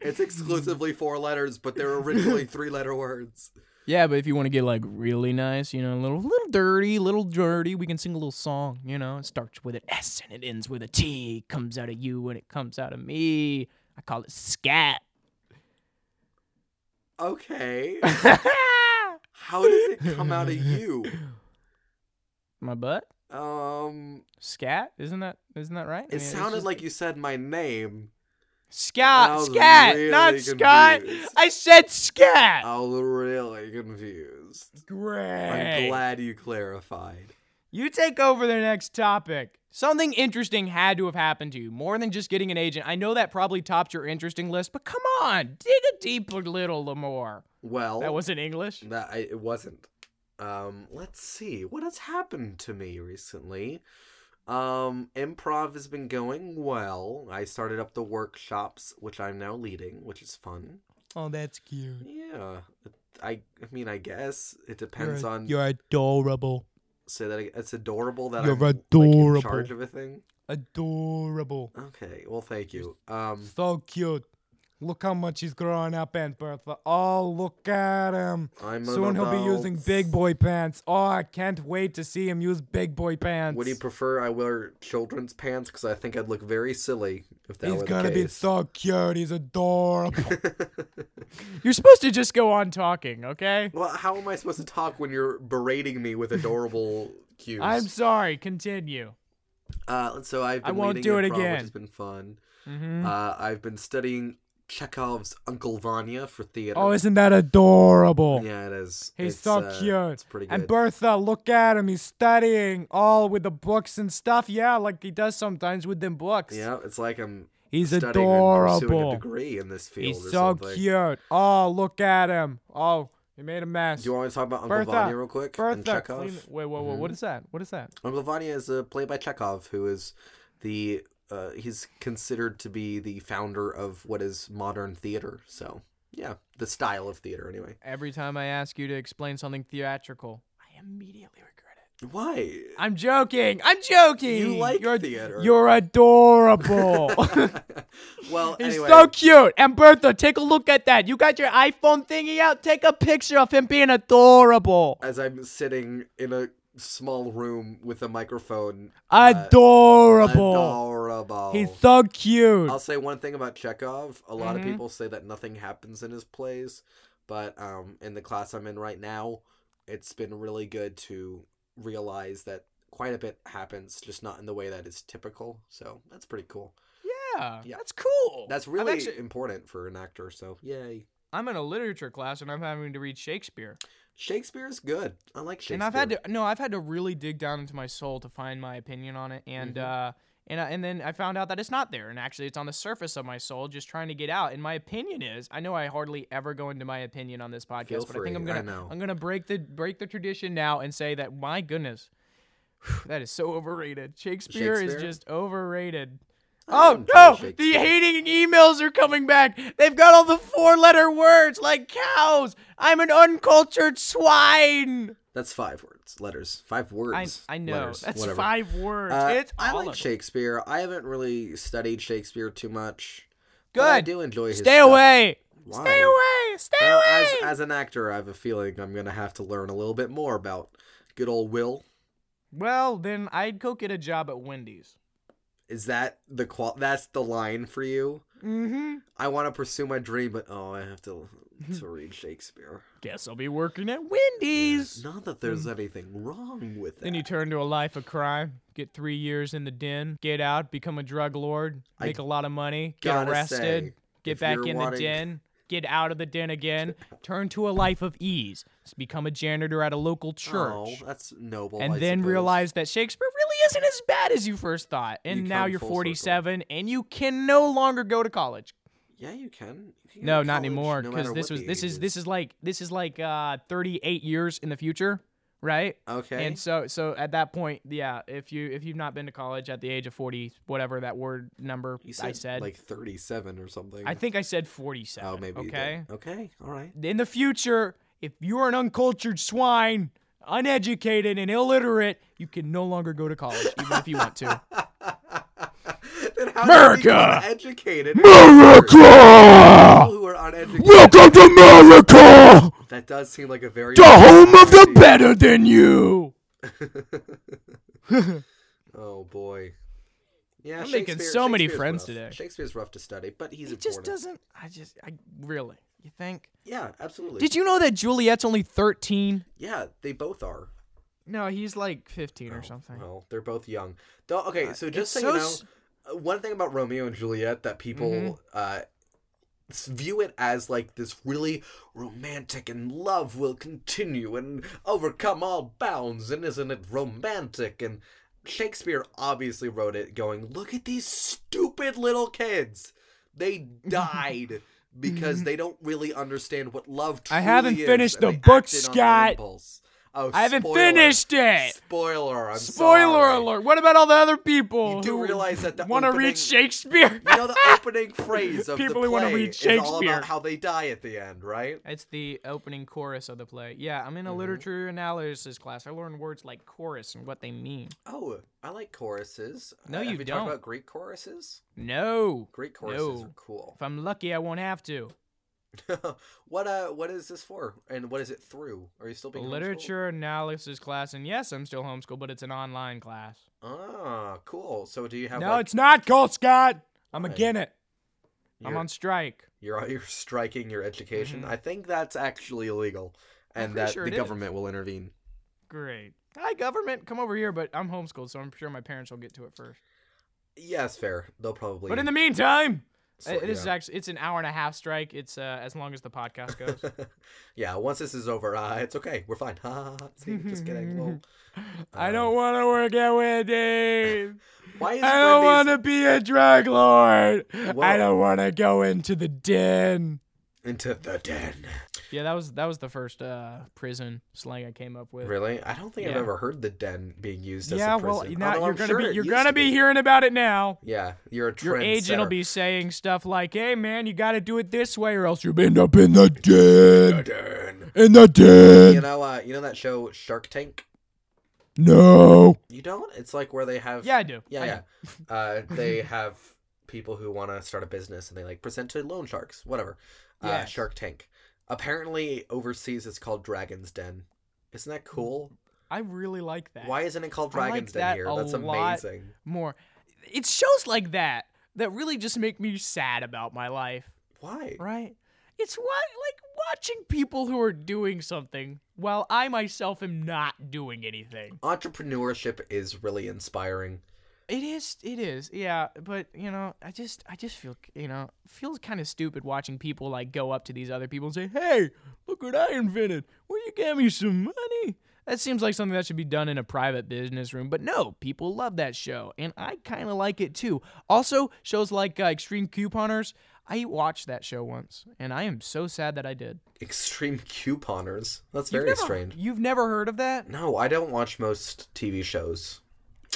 Speaker 2: It's exclusively four letters, but
Speaker 1: (laughs)
Speaker 2: they're originally three-letter words.
Speaker 1: Yeah, but if you want to get like really nice, you know, a little little dirty, little dirty, we can sing a little song. You know, it starts with an S and it ends with a T. Comes out of you and it comes out of me. I call it scat. (laughs)
Speaker 2: Okay. How does it
Speaker 1: (laughs)
Speaker 2: come out of you?
Speaker 1: My butt.
Speaker 2: Um,
Speaker 1: Scat, isn't that isn't that right? I
Speaker 2: it
Speaker 1: mean, it's
Speaker 2: sounded
Speaker 1: just-
Speaker 2: like you said my name. I
Speaker 1: Scott,
Speaker 2: was
Speaker 1: Scat,
Speaker 2: really
Speaker 1: not Scott.
Speaker 2: confused. Uh,
Speaker 1: I said Scat.
Speaker 2: I was really confused.
Speaker 1: Great.
Speaker 2: I'm glad you clarified.
Speaker 1: You take over the next topic. Something interesting had to have happened to you, more than just getting an agent. I know that probably topped your interesting list, but come on, dig a deeper little Lamore.
Speaker 2: Well,
Speaker 1: That wasn't English.
Speaker 2: That I, it wasn't. Um, let's see what has happened to me recently. Um, improv has been going well. I started up the workshops, which I'm now leading, which is fun.
Speaker 1: Oh, that's cute.
Speaker 2: Yeah, I, I mean, I guess it depends on.
Speaker 1: adorable.
Speaker 2: Say that ag- it's adorable that
Speaker 1: You're
Speaker 2: I'm like,
Speaker 1: adorable.
Speaker 2: in charge of a thing.
Speaker 1: Adorable.
Speaker 2: Okay, well, thank you. Um,
Speaker 1: So cute. Look how much he's growing up, Aunt Bertha. Oh, look at him.
Speaker 2: I'm an
Speaker 1: Soon he'll be using
Speaker 2: adult.
Speaker 1: big boy pants. Oh, I can't wait to see him use big boy pants.
Speaker 2: Would you prefer I wear children's pants? Because I think I'd look very silly if that
Speaker 1: He's
Speaker 2: were the
Speaker 1: gonna be
Speaker 2: case.
Speaker 1: so cute. He's adorable. You're supposed to just go on talking, okay?
Speaker 2: (laughs) Well, how am I supposed to talk when you're berating me with adorable cues?
Speaker 1: (laughs) I'm sorry. Continue.
Speaker 2: Uh, so I've
Speaker 1: I
Speaker 2: been
Speaker 1: won't
Speaker 2: leading
Speaker 1: do it
Speaker 2: improv,
Speaker 1: again.
Speaker 2: Which has been fun.
Speaker 1: Mhm.
Speaker 2: Uh, I've been studying Chekhov's Uncle Vanya for theater.
Speaker 1: Oh, isn't that adorable?
Speaker 2: yeah, it is.
Speaker 1: He's
Speaker 2: It's,
Speaker 1: so
Speaker 2: uh,
Speaker 1: cute.
Speaker 2: It's pretty
Speaker 1: And
Speaker 2: good.
Speaker 1: Bertha, look at him. He's studying all with the books and stuff. Yeah, like he does sometimes with them books.
Speaker 2: yeah, it's like I'm
Speaker 1: He's
Speaker 2: studying and pursuing a
Speaker 1: adorable.
Speaker 2: degree in this field
Speaker 1: He's so
Speaker 2: or something.
Speaker 1: cute. Oh, look at him. Oh, he made a mess.
Speaker 2: Do you want me to talk about Uncle
Speaker 1: Bertha,
Speaker 2: Vanya real quick? and
Speaker 1: Bertha,
Speaker 2: Chekhov?
Speaker 1: clean- Wait, whoa, whoa!
Speaker 2: Mm-hmm.
Speaker 1: What is that? What is that?
Speaker 2: Uncle Vanya is a play by Chekhov, who is the uh, he's considered to be the founder of what is modern theater. So yeah, the style of theater anyway.
Speaker 1: Every time I ask you to explain something theatrical, I immediately regret it.
Speaker 2: Why?
Speaker 1: I'm joking. I'm joking.
Speaker 2: You like
Speaker 1: you're,
Speaker 2: theater.
Speaker 1: You're
Speaker 2: (laughs)
Speaker 1: adorable.
Speaker 2: (laughs) well,
Speaker 1: He's
Speaker 2: anyway,
Speaker 1: so cute. And Bertha, take a look at that. You got your iPhone thingy out. Take a picture of him being adorable.
Speaker 2: as I'm sitting in a small room with a microphone. uh,
Speaker 1: Adorable.
Speaker 2: Adorable.
Speaker 1: He's so cute.
Speaker 2: I'll say one thing about Chekhov. A lot
Speaker 1: Mhm.
Speaker 2: of people say that nothing happens in his plays, but um, in the class I'm in right now, it's been really good to realize that quite a bit happens, just not in the way that is typical. So that's pretty cool.
Speaker 1: yeah,
Speaker 2: yeah.
Speaker 1: that's cool.
Speaker 2: That's
Speaker 1: I'm
Speaker 2: really
Speaker 1: actually-
Speaker 2: important for an actor. So yay.
Speaker 1: I'm in a literature class and I'm having to read Shakespeare.
Speaker 2: Shakespeare's good. I like Shakespeare.
Speaker 1: and I've had to no, I've had to really dig down into my soul to find my opinion on it, and
Speaker 2: Mm-hmm.
Speaker 1: uh, and I, and then I found out that it's not there, and actually it's on the surface of my soul, just trying to get out. And my opinion is, I know I hardly ever go into my opinion on this podcast,
Speaker 2: Feel
Speaker 1: but I
Speaker 2: free,
Speaker 1: think I'm
Speaker 2: I
Speaker 1: gonna
Speaker 2: know.
Speaker 1: I'm gonna break the break the tradition now and say that my goodness, whew, that is so overrated. Shakespeare,
Speaker 2: Shakespeare?
Speaker 1: is just overrated.
Speaker 2: I
Speaker 1: Oh
Speaker 2: enjoy
Speaker 1: no! The
Speaker 2: Shakespeare.
Speaker 1: hating emails are coming back. They've got all the four-letter words like cows. I'm an uncultured swine.
Speaker 2: That's five words, letters, five words.
Speaker 1: I, I know.
Speaker 2: letters,
Speaker 1: That's
Speaker 2: whatever.
Speaker 1: five words.
Speaker 2: Uh,
Speaker 1: it's
Speaker 2: I
Speaker 1: all
Speaker 2: like
Speaker 1: of it.
Speaker 2: Shakespeare. I haven't really studied Shakespeare too much. but I
Speaker 1: Good.
Speaker 2: do enjoy his
Speaker 1: Stay
Speaker 2: stuff.
Speaker 1: away.
Speaker 2: Why?
Speaker 1: Stay away. Stay
Speaker 2: Well,
Speaker 1: away.
Speaker 2: as, as an actor, I have a feeling I'm going to have to learn a little bit more about good old Will.
Speaker 1: well, then I'd go get a job at Wendy's.
Speaker 2: Is that the qual? That's the line for you.
Speaker 1: Mm-hmm.
Speaker 2: I want to pursue my dream, but oh, I have to to read Shakespeare.
Speaker 1: Guess I'll be working at Wendy's.
Speaker 2: Not that there's anything wrong with that.
Speaker 1: Mm. Then you turn to a life of crime. Get three years in the den. Get out. Become a drug lord.
Speaker 2: I
Speaker 1: Make a lot of money. Get
Speaker 2: gotta
Speaker 1: arrested.
Speaker 2: say,
Speaker 1: get
Speaker 2: if
Speaker 1: back
Speaker 2: you're
Speaker 1: in the
Speaker 2: wanting-
Speaker 1: den. Get out of the den again. Turn to a life of ease. Become a janitor at a local church.
Speaker 2: Oh, that's noble.
Speaker 1: and
Speaker 2: I
Speaker 1: then
Speaker 2: suppose.
Speaker 1: realize that Shakespeare really isn't as bad as you first thought. And
Speaker 2: You
Speaker 1: now
Speaker 2: come
Speaker 1: you're
Speaker 2: full circle.
Speaker 1: 47 and you can no longer go to college.
Speaker 2: Yeah, you can. You can go to
Speaker 1: No, not
Speaker 2: college,
Speaker 1: anymore
Speaker 2: no
Speaker 1: because
Speaker 2: matter
Speaker 1: this
Speaker 2: what
Speaker 1: was
Speaker 2: the
Speaker 1: this
Speaker 2: age
Speaker 1: is this is like this is like uh 38 years in the future, right?
Speaker 2: Okay.
Speaker 1: And so so at that point, yeah, if you if you've not been to college at the age of 40, whatever that word number
Speaker 2: you said,
Speaker 1: I said.
Speaker 2: like 37 or something.
Speaker 1: I think I said 47.
Speaker 2: Oh, maybe. you did.
Speaker 1: Okay?
Speaker 2: Okay. All right. (laughs)
Speaker 1: in the future, if you're an uncultured swine, uneducated and illiterate, you can no longer go to college, even if you want to.
Speaker 2: Then how do you become
Speaker 1: America!
Speaker 2: Educated. America.
Speaker 1: Ah.
Speaker 2: People who are uneducated.
Speaker 1: Welcome to America,
Speaker 2: That does seem like a very
Speaker 1: the home of the better than you.
Speaker 2: Oh boy. Yeah,
Speaker 1: I'm making
Speaker 2: Shakespeare-
Speaker 1: so many
Speaker 2: Shakespeare's
Speaker 1: friends
Speaker 2: rough.
Speaker 1: today.
Speaker 2: Shakespeare's rough to study, but he's
Speaker 1: He
Speaker 2: important.
Speaker 1: just doesn't. I just. I really. You think?
Speaker 2: Yeah, absolutely.
Speaker 1: Did you know that Juliet's only 13?
Speaker 2: Yeah, they both are.
Speaker 1: No, he's like 15 or something. Uh,
Speaker 2: Well, they're both young. Though, okay, so just so,
Speaker 1: it's
Speaker 2: you know,
Speaker 1: so
Speaker 2: uh, one thing about Romeo and Juliet that people
Speaker 1: Mm-hmm.
Speaker 2: uh, s- view it as like this really romantic and love will continue and overcome all bounds, and isn't it romantic? And Shakespeare obviously wrote it going, look at these stupid little kids.
Speaker 1: (laughs)
Speaker 2: They died. Because they don't really understand what love truly
Speaker 1: Mm-hmm. I haven't
Speaker 2: is,
Speaker 1: finished
Speaker 2: and
Speaker 1: the
Speaker 2: they
Speaker 1: book,
Speaker 2: acted on
Speaker 1: Scott.
Speaker 2: their impulse. Oh,
Speaker 1: I haven't
Speaker 2: spoiler.
Speaker 1: finished it.
Speaker 2: Spoiler. I'm
Speaker 1: Spoiler
Speaker 2: sorry.
Speaker 1: alert! What about all the other people
Speaker 2: You do
Speaker 1: who
Speaker 2: realize that the
Speaker 1: want to
Speaker 2: opening-
Speaker 1: read Shakespeare?
Speaker 2: You know the opening phrase of
Speaker 1: People
Speaker 2: the
Speaker 1: who
Speaker 2: play
Speaker 1: wanna read
Speaker 2: is all
Speaker 1: Shakespeare.
Speaker 2: about how they die at the end, right?
Speaker 1: (laughs) It's the opening chorus of the play. Yeah, I'm in a literature analysis class. I learned words like chorus and what they mean.
Speaker 2: Oh, I like choruses.
Speaker 1: No,
Speaker 2: Uh,
Speaker 1: you
Speaker 2: have we
Speaker 1: don't.
Speaker 2: talked about Greek choruses?
Speaker 1: No.
Speaker 2: Greek choruses
Speaker 1: No.
Speaker 2: are cool. (laughs)
Speaker 1: If I'm lucky, I won't have to.
Speaker 2: what uh, what is this for? And what is it through? Are you still
Speaker 1: A
Speaker 2: being homeschooled?
Speaker 1: literature analysis class, and yes, I'm still homeschooled, but it's an online class.
Speaker 2: Ah, cool. So do you have?
Speaker 1: no,
Speaker 2: like,
Speaker 1: it's not called Scott. I'm
Speaker 2: Why?
Speaker 1: again it. I'm
Speaker 2: You're-
Speaker 1: on strike.
Speaker 2: You're you're striking your education.
Speaker 1: Mhm.
Speaker 2: I think that's actually illegal,
Speaker 1: I'm
Speaker 2: and
Speaker 1: pretty
Speaker 2: that
Speaker 1: sure
Speaker 2: the
Speaker 1: it is.
Speaker 2: government will intervene.
Speaker 1: Great. Hi, government. Come over here, but I'm homeschooled, so I'm sure my parents will get to it first.
Speaker 2: Yes, fair. They'll probably.
Speaker 1: But in the meantime,
Speaker 2: So-
Speaker 1: it is
Speaker 2: yeah.
Speaker 1: actually it's an hour and a half strike. It's uh, as long as the podcast (laughs) goes.
Speaker 2: (laughs) yeah, once this is over, uh, it's okay. We're fine. Ha,
Speaker 1: (laughs)
Speaker 2: ha, ha. See, just kidding. Lol.
Speaker 1: Um, I don't want to work at (laughs) Wendy's.
Speaker 2: Why is
Speaker 1: I don't want
Speaker 2: Wendy's
Speaker 1: to be a drug lord. I
Speaker 2: Whoa.
Speaker 1: don't want to go into the den.
Speaker 2: into the den?
Speaker 1: Yeah, that was that was the first uh, prison slang I came up with.
Speaker 2: Really? I don't think I've
Speaker 1: Yeah.
Speaker 2: ever heard the den being used
Speaker 1: Yeah,
Speaker 2: as a
Speaker 1: well,
Speaker 2: prison.
Speaker 1: now
Speaker 2: although
Speaker 1: you're
Speaker 2: I'm
Speaker 1: gonna
Speaker 2: sure
Speaker 1: be
Speaker 2: it
Speaker 1: you're
Speaker 2: used
Speaker 1: gonna
Speaker 2: to
Speaker 1: be hearing about it now.
Speaker 2: Yeah, you're a
Speaker 1: Your agent will
Speaker 2: trendsetter.
Speaker 1: be saying stuff like, "Hey, man, you got to do it this way, or else you end up in the den,
Speaker 2: Den.
Speaker 1: in the
Speaker 2: You
Speaker 1: den."
Speaker 2: know, uh, you know that show Shark Tank?
Speaker 1: No.
Speaker 2: You don't? It's like where they have
Speaker 1: Yeah, I do.
Speaker 2: yeah,
Speaker 1: I
Speaker 2: yeah.
Speaker 1: do. (laughs)
Speaker 2: uh, they have people who want to start a business and they like present to loan sharks, whatever. Uh,
Speaker 1: Yes.
Speaker 2: Shark Tank. Apparently, overseas it's called Dragon's Den. Isn't that cool?
Speaker 1: I really like that.
Speaker 2: Why isn't it called
Speaker 1: I like
Speaker 2: Dragon's Den
Speaker 1: that
Speaker 2: here?
Speaker 1: a
Speaker 2: That's
Speaker 1: lot.
Speaker 2: amazing.
Speaker 1: More. It's shows like that that really just make me sad about my life,
Speaker 2: Why?
Speaker 1: right? It's what like watching people who are doing something while I myself am not doing anything.
Speaker 2: Entrepreneurship is really inspiring.
Speaker 1: It is. It is. Yeah. But you know, I just, I just feel, you know, feels kind of stupid watching people like go up to these other people and say, "Hey, look what I invented. Will you give me some money?" That seems like something that should be done in a private business room. But no, people love that show, and I kind of like it too. Also, shows like uh, Extreme Couponers. I watched that show once, and I am so sad that I did.
Speaker 2: Extreme (laughs) couponers. That's
Speaker 1: You've
Speaker 2: very
Speaker 1: never-
Speaker 2: strange.
Speaker 1: You've never heard of that?
Speaker 2: No, I don't watch most TV shows.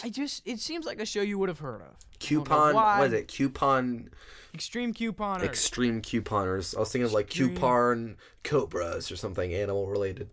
Speaker 1: I just, it seems like a show you would have heard of.
Speaker 2: Coupon,
Speaker 1: why.
Speaker 2: what is it? Coupon,
Speaker 1: Extreme Couponers.
Speaker 2: extreme couponers. I was thinking of like coupon cobras or something animal related.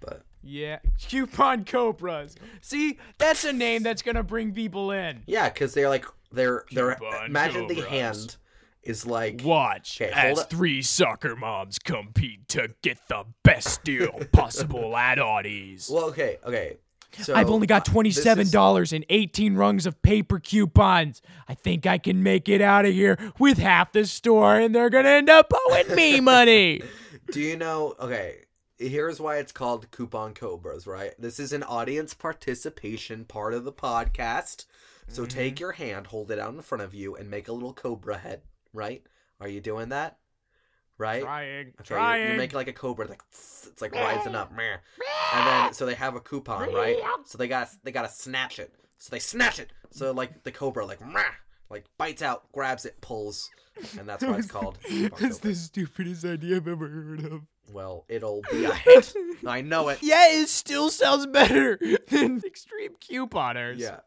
Speaker 2: But
Speaker 1: Yeah, (laughs) coupon cobras. See, that's a name that's gonna bring people in.
Speaker 2: yeah, because they're like, they're, they're,
Speaker 1: Coupon
Speaker 2: imagine the
Speaker 1: cobras.
Speaker 2: hand is like,
Speaker 1: Watch
Speaker 2: Okay, hold
Speaker 1: as
Speaker 2: up.
Speaker 1: three soccer moms compete to get the best
Speaker 2: (laughs)
Speaker 1: deal possible at Audie's.
Speaker 2: well, okay, okay. So
Speaker 1: I've only got
Speaker 2: uh, this
Speaker 1: twenty-seven
Speaker 2: is-
Speaker 1: dollars and eighteen rungs of paper coupons. I think I can make it out of here with half the store, and they're gonna end up owing
Speaker 2: (laughs)
Speaker 1: me money.
Speaker 2: Do you know? Okay, here's why it's called Coupon Cobras, right? This is an audience participation part of the podcast. So take your hand, hold it out in front of you, and make a little cobra head, right? Are you doing that? Right?
Speaker 1: Trying,
Speaker 2: Okay, you- you make like a cobra, like tss, it's like rising up, meh. and then so they have a coupon, right? So they got to they gotta snatch it. So they snatch it. So like the cobra, like meh, like bites out, grabs it, pulls, and that's
Speaker 1: (laughs)
Speaker 2: why it's called. Coupon
Speaker 1: That's the
Speaker 2: Cobras.
Speaker 1: stupidest idea I've ever heard of.
Speaker 2: Well, it'll
Speaker 1: (laughs)
Speaker 2: be a hit. I know it.
Speaker 1: Yeah, it still sounds
Speaker 2: (laughs)
Speaker 1: better than extreme couponers.
Speaker 2: Yeah.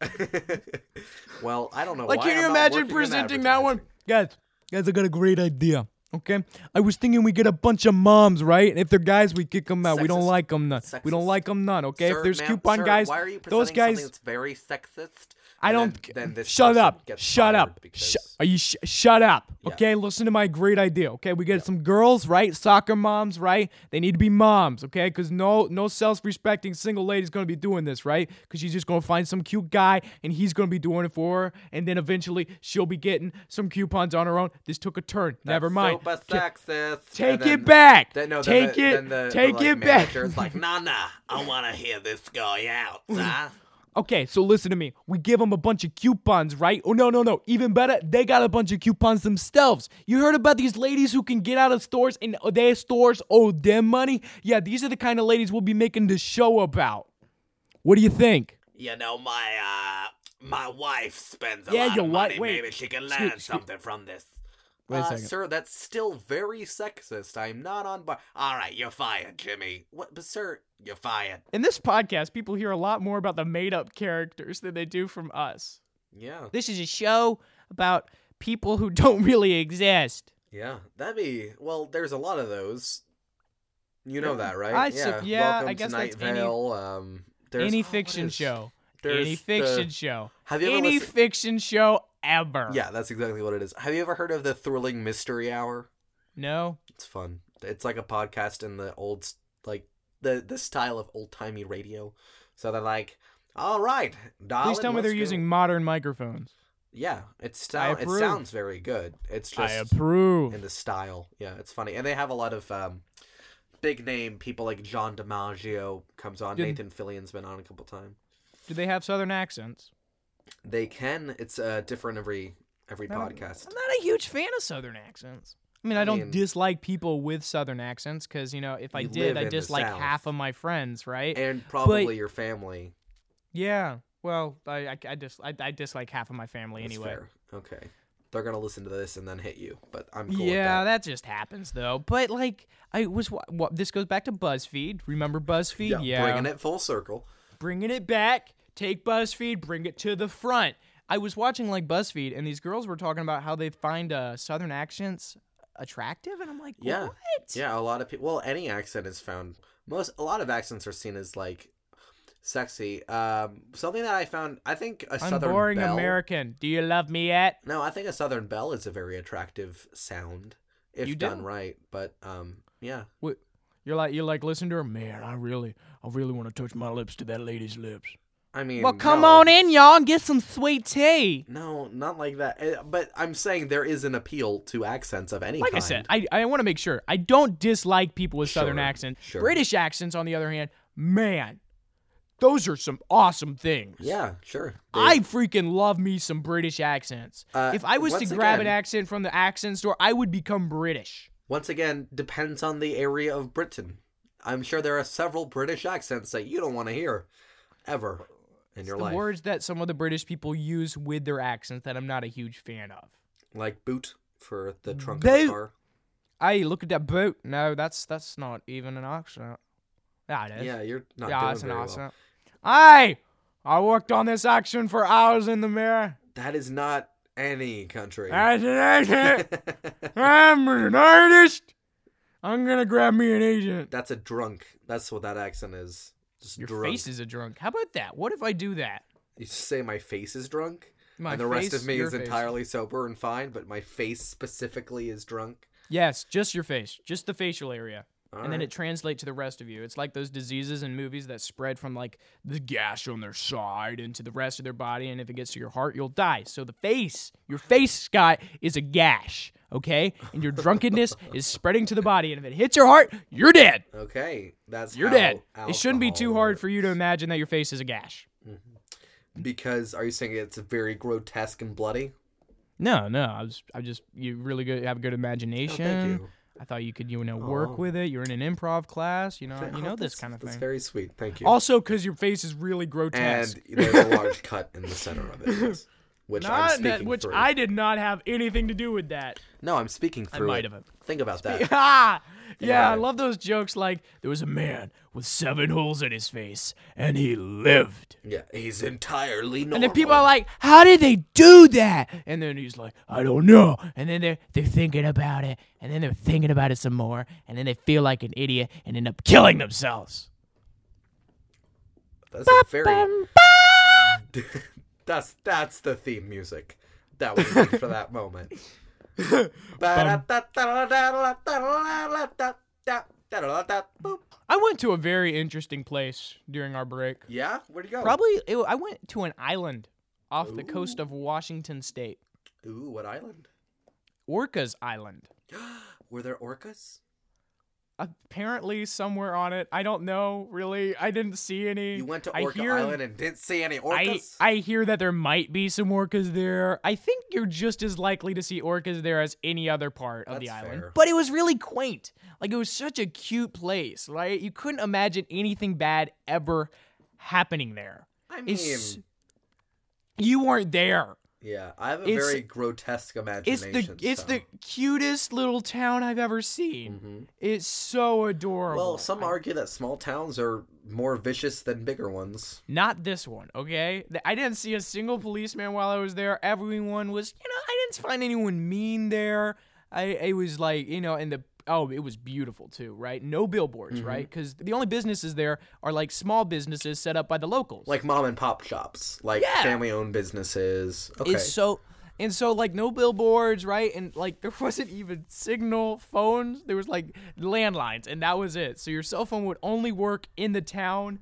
Speaker 2: (laughs) well, I don't know.
Speaker 1: Like,
Speaker 2: why
Speaker 1: can you
Speaker 2: I'm not
Speaker 1: imagine
Speaker 2: working in
Speaker 1: presenting that one?
Speaker 2: advertising.
Speaker 1: Guys, guys, I got a great idea. Okay, I was thinking we get a bunch of moms, right? And if they're guys, we kick them out. We don't
Speaker 2: Sexist.
Speaker 1: like them none. We
Speaker 2: Sexist.
Speaker 1: don't like them none. Okay,
Speaker 2: Sir,
Speaker 1: if there's
Speaker 2: ma'am,
Speaker 1: coupon
Speaker 2: sir,
Speaker 1: guys,
Speaker 2: why are you presenting
Speaker 1: those
Speaker 2: something
Speaker 1: guys.
Speaker 2: That's very sexist.
Speaker 1: I
Speaker 2: And
Speaker 1: don't.
Speaker 2: Then, then this
Speaker 1: shut
Speaker 2: person
Speaker 1: up.
Speaker 2: gets
Speaker 1: Shut
Speaker 2: fired
Speaker 1: up.
Speaker 2: Because
Speaker 1: Sh- are you sh- shut up?
Speaker 2: Yeah.
Speaker 1: Okay, listen to my great idea. Okay, we get some girls, right? Soccer moms, right? They need to be moms, okay? Because no, no self-respecting single lady's gonna be doing this, right? Because she's just gonna find some cute guy and he's gonna be doing it for her, and then eventually she'll be getting some coupons on her own. This took a turn. Never mind.
Speaker 2: Super sexist.
Speaker 1: Take
Speaker 2: And then-
Speaker 1: it back.
Speaker 2: Then, no, then
Speaker 1: take
Speaker 2: the,
Speaker 1: it.
Speaker 2: Then the,
Speaker 1: take
Speaker 2: the, like,
Speaker 1: it back.
Speaker 2: manager's like, nah, nah. I want to hear this
Speaker 1: (laughs)
Speaker 2: guy out. Huh?
Speaker 1: Okay, so listen to me. We give them a bunch of coupons, right? Oh, no, no, no. Even better, they got a bunch of coupons themselves. You heard about these ladies who can get out of stores and their stores owe them money? Yeah, these are the kind of ladies we'll be making the show about. What do you think?
Speaker 2: you know, my uh, my wife spends a
Speaker 1: Yeah,
Speaker 2: lot
Speaker 1: your
Speaker 2: of
Speaker 1: wi-
Speaker 2: money.
Speaker 1: wait.
Speaker 2: Maybe she can
Speaker 1: Excuse-
Speaker 2: learn
Speaker 1: excuse-
Speaker 2: something from this.
Speaker 1: Wait a
Speaker 2: uh,
Speaker 1: second.
Speaker 2: sir, that's still very sexist. I'm not on bar. All right, you're fired, Jimmy. What, but sir, you're fired.
Speaker 1: In this podcast, people hear a lot more about the made up characters than they do from us.
Speaker 2: Yeah,
Speaker 1: This is a show about people who don't really exist.
Speaker 2: yeah. That'd be well. There's a lot of those. You know that, right?
Speaker 1: I sup- yeah, I
Speaker 2: Welcome
Speaker 1: guess
Speaker 2: to Night
Speaker 1: that's any-
Speaker 2: Vale. Um, there's,
Speaker 1: Any
Speaker 2: oh, what
Speaker 1: fiction
Speaker 2: is-
Speaker 1: show.
Speaker 2: there's
Speaker 1: Any fiction
Speaker 2: the-
Speaker 1: show.
Speaker 2: Have you ever
Speaker 1: Any
Speaker 2: listened-
Speaker 1: fiction show ever.
Speaker 2: Yeah, that's exactly what it is. Have you ever heard of the Thrilling Mystery Hour?
Speaker 1: No?
Speaker 2: It's fun. It's like a podcast in the old, s- like the the style of old timey radio. So they're like, "All right, darling,
Speaker 1: Please tell me
Speaker 2: let's
Speaker 1: they're
Speaker 2: go."
Speaker 1: using modern microphones.
Speaker 2: Yeah, it's
Speaker 1: I
Speaker 2: style. It
Speaker 1: approve.
Speaker 2: sounds very good. It's just
Speaker 1: I approve.
Speaker 2: in the style. Yeah, it's funny, and they have a lot of um, big name people like John DiMaggio comes on.
Speaker 1: Did-
Speaker 2: Nathan Fillion's been on a couple times.
Speaker 1: Do they have southern accents?
Speaker 2: They can. It's uh, different every every podcast.
Speaker 1: I'm not a huge fan of southern accents. I mean, I don't
Speaker 2: mean-
Speaker 1: dislike people with southern accents because, you know, if I
Speaker 2: You live
Speaker 1: did, I
Speaker 2: in the
Speaker 1: dislike
Speaker 2: South.
Speaker 1: half of my friends, right?
Speaker 2: and probably your family.
Speaker 1: yeah. Well, I, I, I, dis- I, I dislike half of my family
Speaker 2: That's
Speaker 1: anyway.
Speaker 2: fair. Okay. They're gonna listen to this and then hit you, but I'm cool. with
Speaker 1: yeah,
Speaker 2: that.
Speaker 1: that. just happens though. But like, I was wa- wa- this goes back to BuzzFeed. Remember BuzzFeed? Yeah,
Speaker 2: bringing it full circle.
Speaker 1: bringing it back. Take BuzzFeed, bring it to the front. I was watching like BuzzFeed, and these girls were talking about how they find uh, Southern accents attractive, and I'm like,
Speaker 2: Yeah.
Speaker 1: what?
Speaker 2: Yeah, a lot of people. Well, any accent is found. Most a lot of accents are seen as like sexy. Um, something that I found, I think a
Speaker 1: I'm
Speaker 2: southern
Speaker 1: boring
Speaker 2: belle.
Speaker 1: American. Do you love me yet?
Speaker 2: No, I think a southern bell is a very attractive sound if
Speaker 1: You
Speaker 2: done
Speaker 1: do.
Speaker 2: right. But um, yeah,
Speaker 1: Wh- You're like you like listen to her. Man, I really, I really want to touch my lips to that lady's lips.
Speaker 2: I mean,
Speaker 1: Well, come
Speaker 2: no.
Speaker 1: on in, y'all, and get some sweet tea.
Speaker 2: No, not like that. Eh, But I'm saying there is an appeal to accents of any
Speaker 1: Like
Speaker 2: kind.
Speaker 1: I said, I, I want to make sure I don't dislike people with southern
Speaker 2: Sure,
Speaker 1: accents.
Speaker 2: sure.
Speaker 1: British accents, on the other hand, man, those are some awesome things.
Speaker 2: Yeah, sure.
Speaker 1: I freaking love me some British accents.
Speaker 2: Uh,
Speaker 1: if I was to
Speaker 2: once
Speaker 1: grab an
Speaker 2: again-
Speaker 1: accent from the accent store, I would become British.
Speaker 2: Once again, depends on the area of Britain. I'm sure there are several British accents that you don't want to hear ever in your
Speaker 1: the
Speaker 2: life.
Speaker 1: words that some of the British people use with their accents that I'm not a huge fan of.
Speaker 2: Like boot for the trunk of
Speaker 1: Boot.
Speaker 2: the car.
Speaker 1: Hey, look at that boot. No, that's that's not even an accent. Yeah, it is.
Speaker 2: Yeah, you're not
Speaker 1: yeah,
Speaker 2: doing
Speaker 1: that's an
Speaker 2: very well.
Speaker 1: accent. Hey, I worked on this action for hours in the mirror.
Speaker 2: That is not any country.
Speaker 1: As an
Speaker 2: (laughs)
Speaker 1: agent, I'm an artist. I'm gonna grab me an agent.
Speaker 2: That's a drunk. That's what that accent is. Just
Speaker 1: Your
Speaker 2: drunk.
Speaker 1: face is a drunk. How about that? What if I do that?
Speaker 2: You say my face is drunk,
Speaker 1: My
Speaker 2: and the rest
Speaker 1: face,
Speaker 2: of me
Speaker 1: your
Speaker 2: is
Speaker 1: face.
Speaker 2: entirely sober and fine, but my face specifically is drunk.
Speaker 1: Yes, just your face, just the facial area,
Speaker 2: All
Speaker 1: and then
Speaker 2: right.
Speaker 1: it translates to the rest of you. It's like those diseases in movies that spread from like the gash on their side into the rest of their body, and if it gets to your heart, you'll die. So the face, your face, Scott, is a gash, okay? And your
Speaker 2: (laughs)
Speaker 1: drunkenness is spreading to the body, and if it hits your heart, you're dead.
Speaker 2: Okay, that's
Speaker 1: You're
Speaker 2: how
Speaker 1: dead. It shouldn't be too
Speaker 2: alcohol
Speaker 1: hard for you to
Speaker 2: works.
Speaker 1: imagine that your face is a gash.
Speaker 2: Because are you saying it's very grotesque and bloody?
Speaker 1: No, no. I was, I just, you really good, have a good imagination.
Speaker 2: Oh, Thank you.
Speaker 1: I thought you could, you know, work
Speaker 2: Oh.
Speaker 1: with it. You're in an improv class, you know,
Speaker 2: Th-
Speaker 1: you
Speaker 2: oh,
Speaker 1: know this
Speaker 2: that's-
Speaker 1: kind of
Speaker 2: That's
Speaker 1: thing.
Speaker 2: very sweet. Thank you.
Speaker 1: Also, because your face is really grotesque.
Speaker 2: and there's a large cut in the center of it, yes, which I'm
Speaker 1: Not
Speaker 2: speaking
Speaker 1: that, which
Speaker 2: through.
Speaker 1: I did not have anything to do with that.
Speaker 2: No, I'm speaking through.
Speaker 1: might
Speaker 2: it.
Speaker 1: have.
Speaker 2: Think about that.
Speaker 1: Ah, (laughs) yeah, I
Speaker 2: Yeah.
Speaker 1: love those jokes. Like there was a man with seven holes in his face, and he lived.
Speaker 2: Yeah, he's entirely normal.
Speaker 1: And then people are like, "How did they do that?" And then he's like, "I don't know." And then they're they're thinking about it, and then they're thinking about it some more, and then they feel like an idiot and end up killing themselves.
Speaker 2: that's a very. that's that's the theme music that we need for that moment.
Speaker 1: I went to a very interesting place during our break.
Speaker 2: Yeah, where'd you go?
Speaker 1: Probably, it, I went to an island off the coast of Washington State,
Speaker 2: Ooh, what island?
Speaker 1: Orcas Island.
Speaker 2: Were there orcas?
Speaker 1: Apparently, somewhere on it, I don't know really. I didn't see any.
Speaker 2: You went to
Speaker 1: I
Speaker 2: Orca
Speaker 1: hear-
Speaker 2: Island and didn't see any
Speaker 1: I,
Speaker 2: orcas.
Speaker 1: I hear that there might be some orcas there. I think you're just as likely to see orcas there as any other part of the
Speaker 2: That's
Speaker 1: island.
Speaker 2: fair.
Speaker 1: But it was really quaint. Like it was such a cute place, right? You couldn't imagine anything bad ever happening there.
Speaker 2: I mean,
Speaker 1: It's- you weren't there.
Speaker 2: yeah, I have a
Speaker 1: it's-
Speaker 2: very grotesque
Speaker 1: It's
Speaker 2: imagination.
Speaker 1: the it's the cutest little town I've ever seen.
Speaker 2: hmm
Speaker 1: It's so adorable.
Speaker 2: Well, some
Speaker 1: I-
Speaker 2: argue that small towns are more vicious than bigger ones.
Speaker 1: Not this one, okay? Th- I didn't see a single policeman while I was there. Everyone was, you know, I didn't find anyone mean there. I it was like, you know, and the oh, it was beautiful too, right? No
Speaker 2: Mm-hmm.
Speaker 1: billboards, right? 'Cause right? Cuz the only businesses there are like small businesses set up by the locals.
Speaker 2: Like mom and pop shops, like
Speaker 1: Yeah.
Speaker 2: family owned businesses. Okay.
Speaker 1: It's so and so like no billboards, right? And like (laughs) there wasn't even signal phones. There was like landlines and that was it. So your cell phone would only work in the town.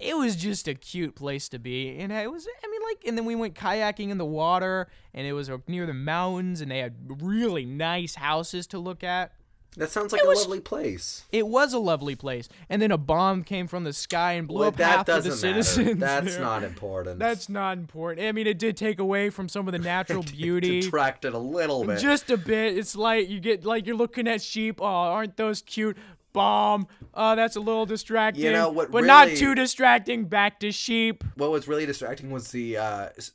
Speaker 1: It was just a cute place to be. And it was I mean like and then we went kayaking in the water and it was uh, near the mountains and they had really nice houses to look at.
Speaker 2: that sounds like a
Speaker 1: was-
Speaker 2: lovely place.
Speaker 1: It was a lovely place. And then a bomb came from the sky and blew
Speaker 2: Well,
Speaker 1: up half
Speaker 2: that
Speaker 1: of
Speaker 2: doesn't
Speaker 1: the
Speaker 2: matter.
Speaker 1: citizens.
Speaker 2: That's
Speaker 1: there.
Speaker 2: not important.
Speaker 1: That's not important. I mean, it did take away from some of the
Speaker 2: (laughs)
Speaker 1: natural beauty.
Speaker 2: detracted a little bit.
Speaker 1: Just a bit. It's like you get like you're looking at sheep. Oh, aren't those cute? Bomb. Uh, that's a little distracting.
Speaker 2: You know, what
Speaker 1: but not
Speaker 2: really-
Speaker 1: too distracting. Back to sheep.
Speaker 2: what was really distracting was the uh, s-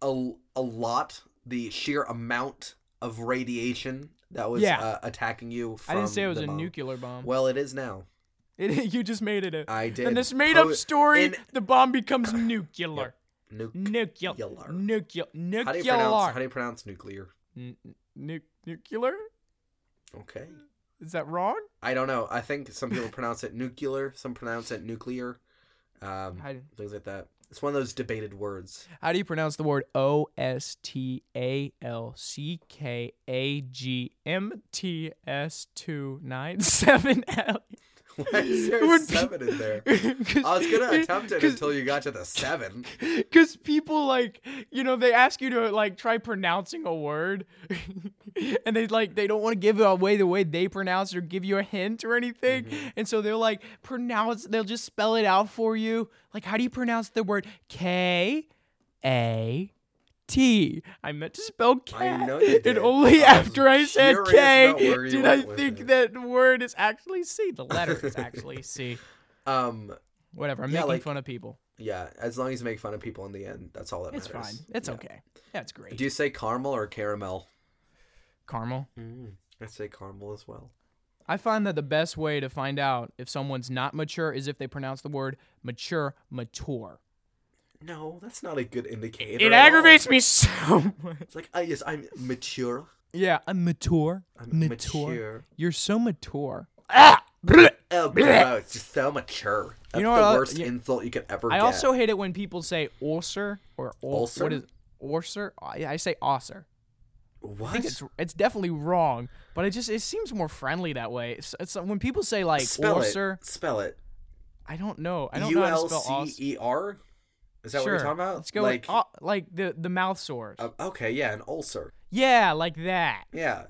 Speaker 2: a, a lot the sheer amount of radiation that was
Speaker 1: Yeah.
Speaker 2: uh, attacking you. From
Speaker 1: I didn't say it was
Speaker 2: the
Speaker 1: a
Speaker 2: bomb.
Speaker 1: nuclear bomb.
Speaker 2: Well, it is now.
Speaker 1: (laughs) It, you just made it a.
Speaker 2: I did.
Speaker 1: And this made-up
Speaker 2: Po-
Speaker 1: story,
Speaker 2: in-
Speaker 1: the bomb
Speaker 2: (coughs)
Speaker 1: becomes nuclear.
Speaker 2: nuc-
Speaker 1: Nuclear.
Speaker 2: Nuclear.
Speaker 1: Nuclear. Nuclear.
Speaker 2: how do you pronounce? How do you pronounce nuclear?
Speaker 1: N- nu- nuclear?
Speaker 2: Okay.
Speaker 1: Is that wrong?
Speaker 2: I don't know. I think some people pronounce it nuclear. Some pronounce it nuclear. Um,
Speaker 1: I-
Speaker 2: things like that. It's one of those
Speaker 1: (laughs)
Speaker 2: debated words. (laughs)
Speaker 1: How do you pronounce the word O S T A L C K A G M T S two nine seven L
Speaker 2: Why (laughs) is there a
Speaker 1: Would be-
Speaker 2: seven in
Speaker 1: (laughs)
Speaker 2: there?
Speaker 1: Cause,
Speaker 2: I was gonna attempt
Speaker 1: (laughs)
Speaker 2: it
Speaker 1: 'cause-
Speaker 2: until you got to the seven.
Speaker 1: (laughs) Because people like, you know, they ask you to like try pronouncing a word, (laughs) and they like they don't want to give away the way they pronounce it or give you a hint or anything,
Speaker 2: Mm-hmm.
Speaker 1: and so they'll like pronounce, they'll just spell it out for you. Like, how do you pronounce the word K A T? I meant to spell cat,
Speaker 2: know you did.
Speaker 1: and only
Speaker 2: I was
Speaker 1: after I said
Speaker 2: curious
Speaker 1: K
Speaker 2: about where you
Speaker 1: did I
Speaker 2: went with
Speaker 1: think
Speaker 2: it.
Speaker 1: that word is actually C. The letter
Speaker 2: (laughs)
Speaker 1: is actually C.
Speaker 2: Um,
Speaker 1: Whatever. I'm
Speaker 2: Yeah,
Speaker 1: making
Speaker 2: like-
Speaker 1: fun of people.
Speaker 2: yeah. As long as you make fun of people in the end, that's all that
Speaker 1: It's fine.
Speaker 2: matters.
Speaker 1: It's
Speaker 2: Yeah.
Speaker 1: okay. That's great.
Speaker 2: Do you say caramel or caramel?
Speaker 1: Caramel.
Speaker 2: I say caramel as well.
Speaker 1: I find that the best way to find out if someone's not mature is if they pronounce the word mature, mature.
Speaker 2: No, that's not a good indicator.
Speaker 1: It
Speaker 2: at all.
Speaker 1: aggravates me so much.
Speaker 2: It's like, uh, yes, I'm mature.
Speaker 1: Yeah, I'm mature.
Speaker 2: I'm mature.
Speaker 1: You're so mature. Ah! Blech!
Speaker 2: Oh, gross. You're so mature. That's
Speaker 1: know what
Speaker 2: the
Speaker 1: I'll-
Speaker 2: worst
Speaker 1: yeah.
Speaker 2: insult you could ever
Speaker 1: I
Speaker 2: get.
Speaker 1: also hate it when people say ulcer or ul-
Speaker 2: Ulcer?
Speaker 1: What is ulcer? I, I say ulcer.
Speaker 2: What?
Speaker 1: I think it's it's definitely wrong, but it just it seems more friendly that way. It's, it's when people say like
Speaker 2: spell
Speaker 1: ulcer,
Speaker 2: it. Spell it.
Speaker 1: I don't know. I don't know how to spell ulcer.
Speaker 2: U-L-C-E-R? Is E. that what you're
Speaker 1: Sure.
Speaker 2: talking about?
Speaker 1: Let's go
Speaker 2: like,
Speaker 1: with au- like the the mouth sores.
Speaker 2: uh, okay, yeah, an ulcer.
Speaker 1: yeah, like that.
Speaker 2: Yeah.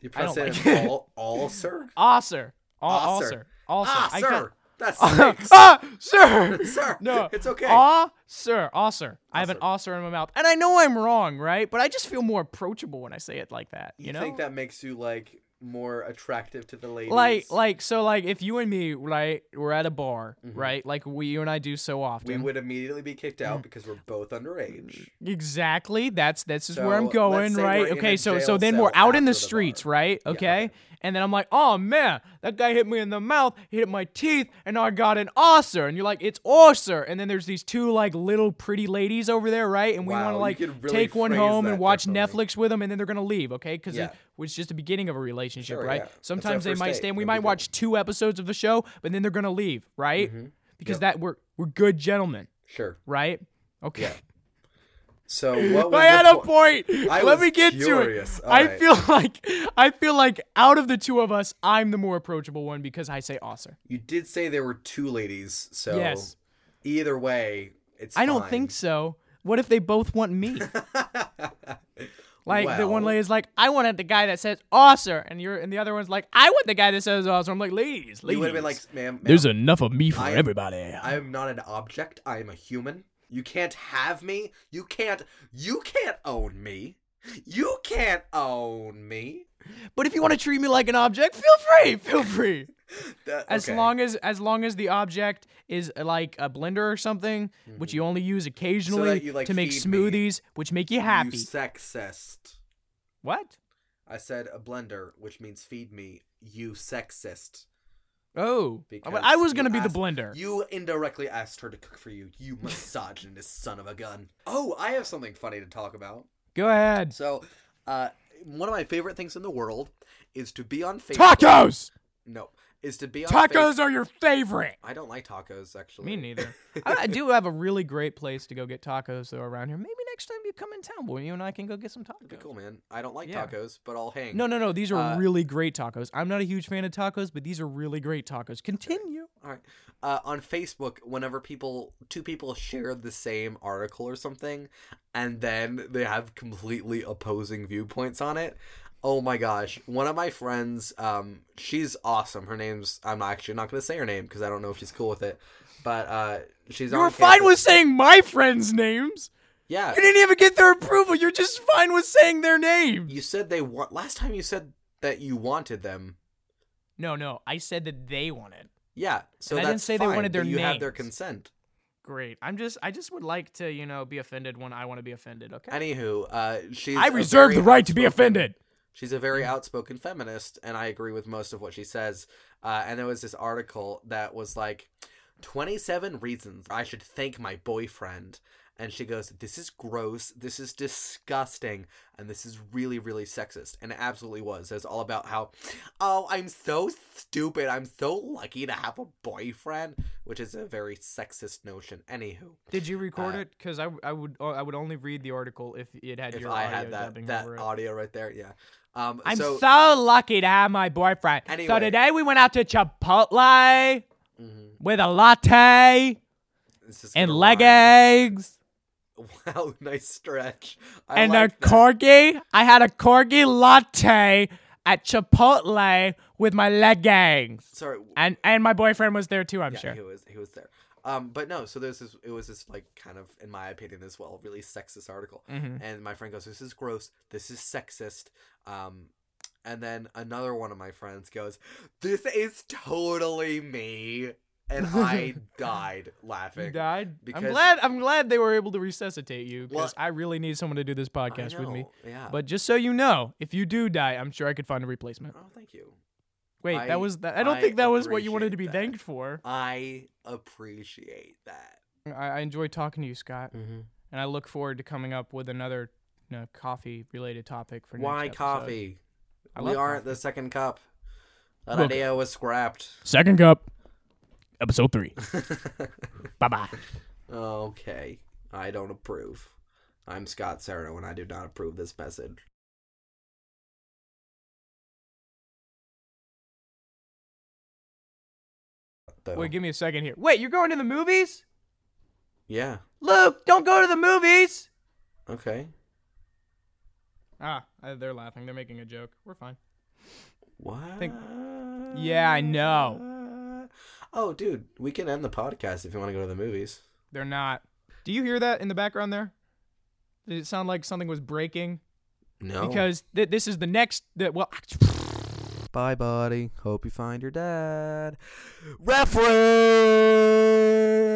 Speaker 2: You
Speaker 1: I don't
Speaker 2: press it
Speaker 1: like
Speaker 2: in
Speaker 1: it.
Speaker 2: ul- ulcer?
Speaker 1: Osser. O-
Speaker 2: Osser.
Speaker 1: Osser. Osser.
Speaker 2: Ah,
Speaker 1: I can't-
Speaker 2: (laughs) sir. That's
Speaker 1: (laughs) ah, sir.
Speaker 2: Sir,
Speaker 1: No.
Speaker 2: it's okay.
Speaker 1: Osser. Osser. I have an
Speaker 2: Osser.
Speaker 1: osser in my mouth. And I know I'm wrong, right? But I just feel more approachable when I say it like that. You,
Speaker 2: You
Speaker 1: know?
Speaker 2: think that makes you, like, more attractive to the ladies?
Speaker 1: like like so like if you and me, right, we're at a bar, right? Like we you and I do so
Speaker 2: Mm-hmm. We
Speaker 1: often.
Speaker 2: would immediately be kicked out
Speaker 1: Mm.
Speaker 2: because we're both underage.
Speaker 1: Exactly. That's this is where I'm
Speaker 2: So, let's
Speaker 1: going,
Speaker 2: say we're
Speaker 1: right?
Speaker 2: in
Speaker 1: Okay,
Speaker 2: a
Speaker 1: so
Speaker 2: jail
Speaker 1: so then
Speaker 2: cell
Speaker 1: we're out in the
Speaker 2: after the
Speaker 1: streets,
Speaker 2: bar.
Speaker 1: right? Okay. And then I'm like, oh man, that guy hit me in the mouth, he hit my teeth, and I got an ulcer. And you're like, it's ulcer. And then there's these two like little pretty ladies over there, right? And we
Speaker 2: Wow,
Speaker 1: want to
Speaker 2: you
Speaker 1: like
Speaker 2: could really
Speaker 1: take one
Speaker 2: phrase
Speaker 1: home and
Speaker 2: that
Speaker 1: watch
Speaker 2: differently.
Speaker 1: Netflix with them, and then they're gonna leave, okay? Because
Speaker 2: Yeah.
Speaker 1: it was just the beginning of a relationship,
Speaker 2: Sure,
Speaker 1: right?
Speaker 2: yeah. That's our
Speaker 1: Sometimes they
Speaker 2: first
Speaker 1: might
Speaker 2: date.
Speaker 1: stay, and we
Speaker 2: That'd
Speaker 1: might
Speaker 2: be good.
Speaker 1: watch two episodes of the show, but then they're gonna leave, right?
Speaker 2: Mm-hmm.
Speaker 1: Because that we're we're good gentlemen,
Speaker 2: Sure.
Speaker 1: right? Okay. (laughs)
Speaker 2: So what was
Speaker 1: I had
Speaker 2: the
Speaker 1: a
Speaker 2: po-
Speaker 1: point.
Speaker 2: I
Speaker 1: Let
Speaker 2: was
Speaker 1: me get
Speaker 2: curious.
Speaker 1: to it.
Speaker 2: All
Speaker 1: I
Speaker 2: right.
Speaker 1: feel (laughs) like I feel like out of the two of us, I'm the more approachable one because I say Osser.
Speaker 2: You did say there were two ladies, so
Speaker 1: Yes.
Speaker 2: either way, it's
Speaker 1: I don't think so. What if they both want
Speaker 2: (laughs)
Speaker 1: me? Like the one
Speaker 2: Well-
Speaker 1: lady's like, I wanted the guy that says Osser, and you're and the other one's like, I want the guy that says Osser. I'm like, ladies,
Speaker 2: You
Speaker 1: ladies.
Speaker 2: would have been like, ma'am, ma'am
Speaker 1: There's enough of me for
Speaker 2: I-
Speaker 1: everybody.
Speaker 2: I am not an object. I am a human. You can't have me. You can't. You can't own me. You can't own me.
Speaker 1: But if you want to treat me like an object, feel free. Feel free.
Speaker 2: That-
Speaker 1: As
Speaker 2: okay.
Speaker 1: long as as long as the object is uh, like a blender or something,
Speaker 2: Mm-hmm.
Speaker 1: which you only use occasionally
Speaker 2: you, like,
Speaker 1: to make
Speaker 2: feed me.
Speaker 1: smoothies, which make you
Speaker 2: you
Speaker 1: happy.
Speaker 2: sexist.
Speaker 1: what?
Speaker 2: I said a blender, which means feed me. You sexist.
Speaker 1: Oh, I-
Speaker 2: Because
Speaker 1: I was
Speaker 2: you
Speaker 1: gonna be the
Speaker 2: asked-
Speaker 1: blender.
Speaker 2: You indirectly asked her to cook for you.
Speaker 1: (laughs)
Speaker 2: You misogynist son of a gun. Oh, I have something funny to talk about.
Speaker 1: Go ahead.
Speaker 2: So, uh, one of my favorite things in the world is to be on Facebook.
Speaker 1: Tacos.
Speaker 2: No, is to be on Face-
Speaker 1: Tacos are your favorite.
Speaker 2: I don't like tacos actually.
Speaker 1: Me
Speaker 2: (laughs)
Speaker 1: neither. I, I do have a really great place to go get tacos though around here. Maybe next time you come in town, boy, you and I can go get some
Speaker 2: Be
Speaker 1: tacos.
Speaker 2: cool, man. I don't like
Speaker 1: Yeah.
Speaker 2: tacos, but I'll hang.
Speaker 1: No, no, no. These are
Speaker 2: Uh,
Speaker 1: really great tacos. I'm not a huge fan of tacos, but these are really great tacos. Continue.
Speaker 2: All right. Uh, on Facebook, whenever people two people share the same article or something, and then they have completely opposing viewpoints on it. Oh my gosh! One of my friends, um, she's awesome. Her name's I'm actually not gonna say her name because I don't know if she's cool with it, but uh, she's
Speaker 1: You
Speaker 2: on
Speaker 1: were fine
Speaker 2: campus- Uh,
Speaker 1: with saying my friends' names.
Speaker 2: yeah.
Speaker 1: You didn't even get their approval. You're just fine with saying their names.
Speaker 2: You said they want last time. You said that you wanted them.
Speaker 1: No, no. I said that they wanted.
Speaker 2: Yeah, so
Speaker 1: And I didn't
Speaker 2: that's
Speaker 1: say they
Speaker 2: fine,
Speaker 1: wanted their
Speaker 2: but you have their
Speaker 1: names.
Speaker 2: consent.
Speaker 1: Great. I'm just. I just would like to, you know, be offended when I want to be offended. Okay.
Speaker 2: Anywho, uh, she's
Speaker 1: I
Speaker 2: a
Speaker 1: reserve
Speaker 2: very
Speaker 1: the right to be
Speaker 2: outspoken-
Speaker 1: offended.
Speaker 2: She's a
Speaker 1: Mm.
Speaker 2: very outspoken feminist, and I agree with most of what she says. Uh, and there was this article that was like, 27 reasons I should thank my boyfriend. and she goes, This is gross. This is disgusting. And this is really, really sexist. And it absolutely was. It's all about how, oh, I'm so stupid. I'm so lucky to have a boyfriend, which is a very sexist notion. Anywho,
Speaker 1: Did you record
Speaker 2: Uh,
Speaker 1: it? Because I, I would I would only read the article if it had
Speaker 2: if
Speaker 1: your
Speaker 2: I
Speaker 1: audio
Speaker 2: had that,
Speaker 1: dubbing
Speaker 2: that
Speaker 1: over it.
Speaker 2: audio right there, yeah. Um,
Speaker 1: I'm so,
Speaker 2: so,
Speaker 1: lucky to have my boyfriend. so
Speaker 2: Anyway.
Speaker 1: today we went out to Chipotle
Speaker 2: Mhm.
Speaker 1: with a latte
Speaker 2: This is
Speaker 1: and
Speaker 2: gonna
Speaker 1: leg
Speaker 2: rhyme.
Speaker 1: eggs
Speaker 2: (laughs) Wow, nice stretch. I
Speaker 1: and
Speaker 2: like
Speaker 1: a
Speaker 2: that.
Speaker 1: corgi. I had a corgi latte at Chipotle with my leg eggs.
Speaker 2: Sorry,
Speaker 1: And and my boyfriend was there too, I'm
Speaker 2: yeah,
Speaker 1: sure.
Speaker 2: he was he was there. Um, but no, so there's this. It was this like kind of, in my opinion, as well, really sexist article.
Speaker 1: Mhm.
Speaker 2: And my friend goes, "This is gross. This is sexist." Um, and then another one of my friends goes, "This is totally me,"
Speaker 1: (laughs)
Speaker 2: and I died
Speaker 1: You
Speaker 2: laughing.
Speaker 1: died. I'm
Speaker 2: because-
Speaker 1: glad I'm glad they were able to resuscitate you
Speaker 2: Well-
Speaker 1: because I really need someone to do this
Speaker 2: I
Speaker 1: podcast with me.
Speaker 2: know, Uh, Yeah.
Speaker 1: But just so you know, if you do die, I'm sure I could find a replacement.
Speaker 2: oh, thank you.
Speaker 1: Wait,
Speaker 2: I-
Speaker 1: that was that. I don't
Speaker 2: I
Speaker 1: think that was what you wanted to be
Speaker 2: appreciate that.
Speaker 1: thanked for.
Speaker 2: I appreciate that.
Speaker 1: I, I enjoy talking to you, Scott, and I look forward to coming up with another you know, coffee-related topic for next
Speaker 2: Why
Speaker 1: episode.
Speaker 2: coffee?
Speaker 1: I
Speaker 2: we
Speaker 1: love
Speaker 2: aren't the second cup. That
Speaker 1: Look.
Speaker 2: idea was scrapped. (laughs)
Speaker 1: Second cup, episode three. bye bye.
Speaker 2: Okay. I don't approve. I'm Scott Serrano, and I do not approve this message. Though-
Speaker 1: Wait, give me a second here. Wait, you're going to the movies,
Speaker 2: yeah.
Speaker 1: Luke? Don't go to the movies.
Speaker 2: Okay.
Speaker 1: Ah, uh, they're laughing. They're making a joke. We're fine.
Speaker 2: What?
Speaker 1: Think- Yeah, I
Speaker 2: know. Oh, dude, we can end the podcast if you want to go to the movies.
Speaker 1: They're not. Do you hear that in the background there? Did it sound like something was breaking?
Speaker 2: No.
Speaker 1: Because th- this is the next. The, well,
Speaker 3: Bye, buddy. Hope you find your dad. Reference.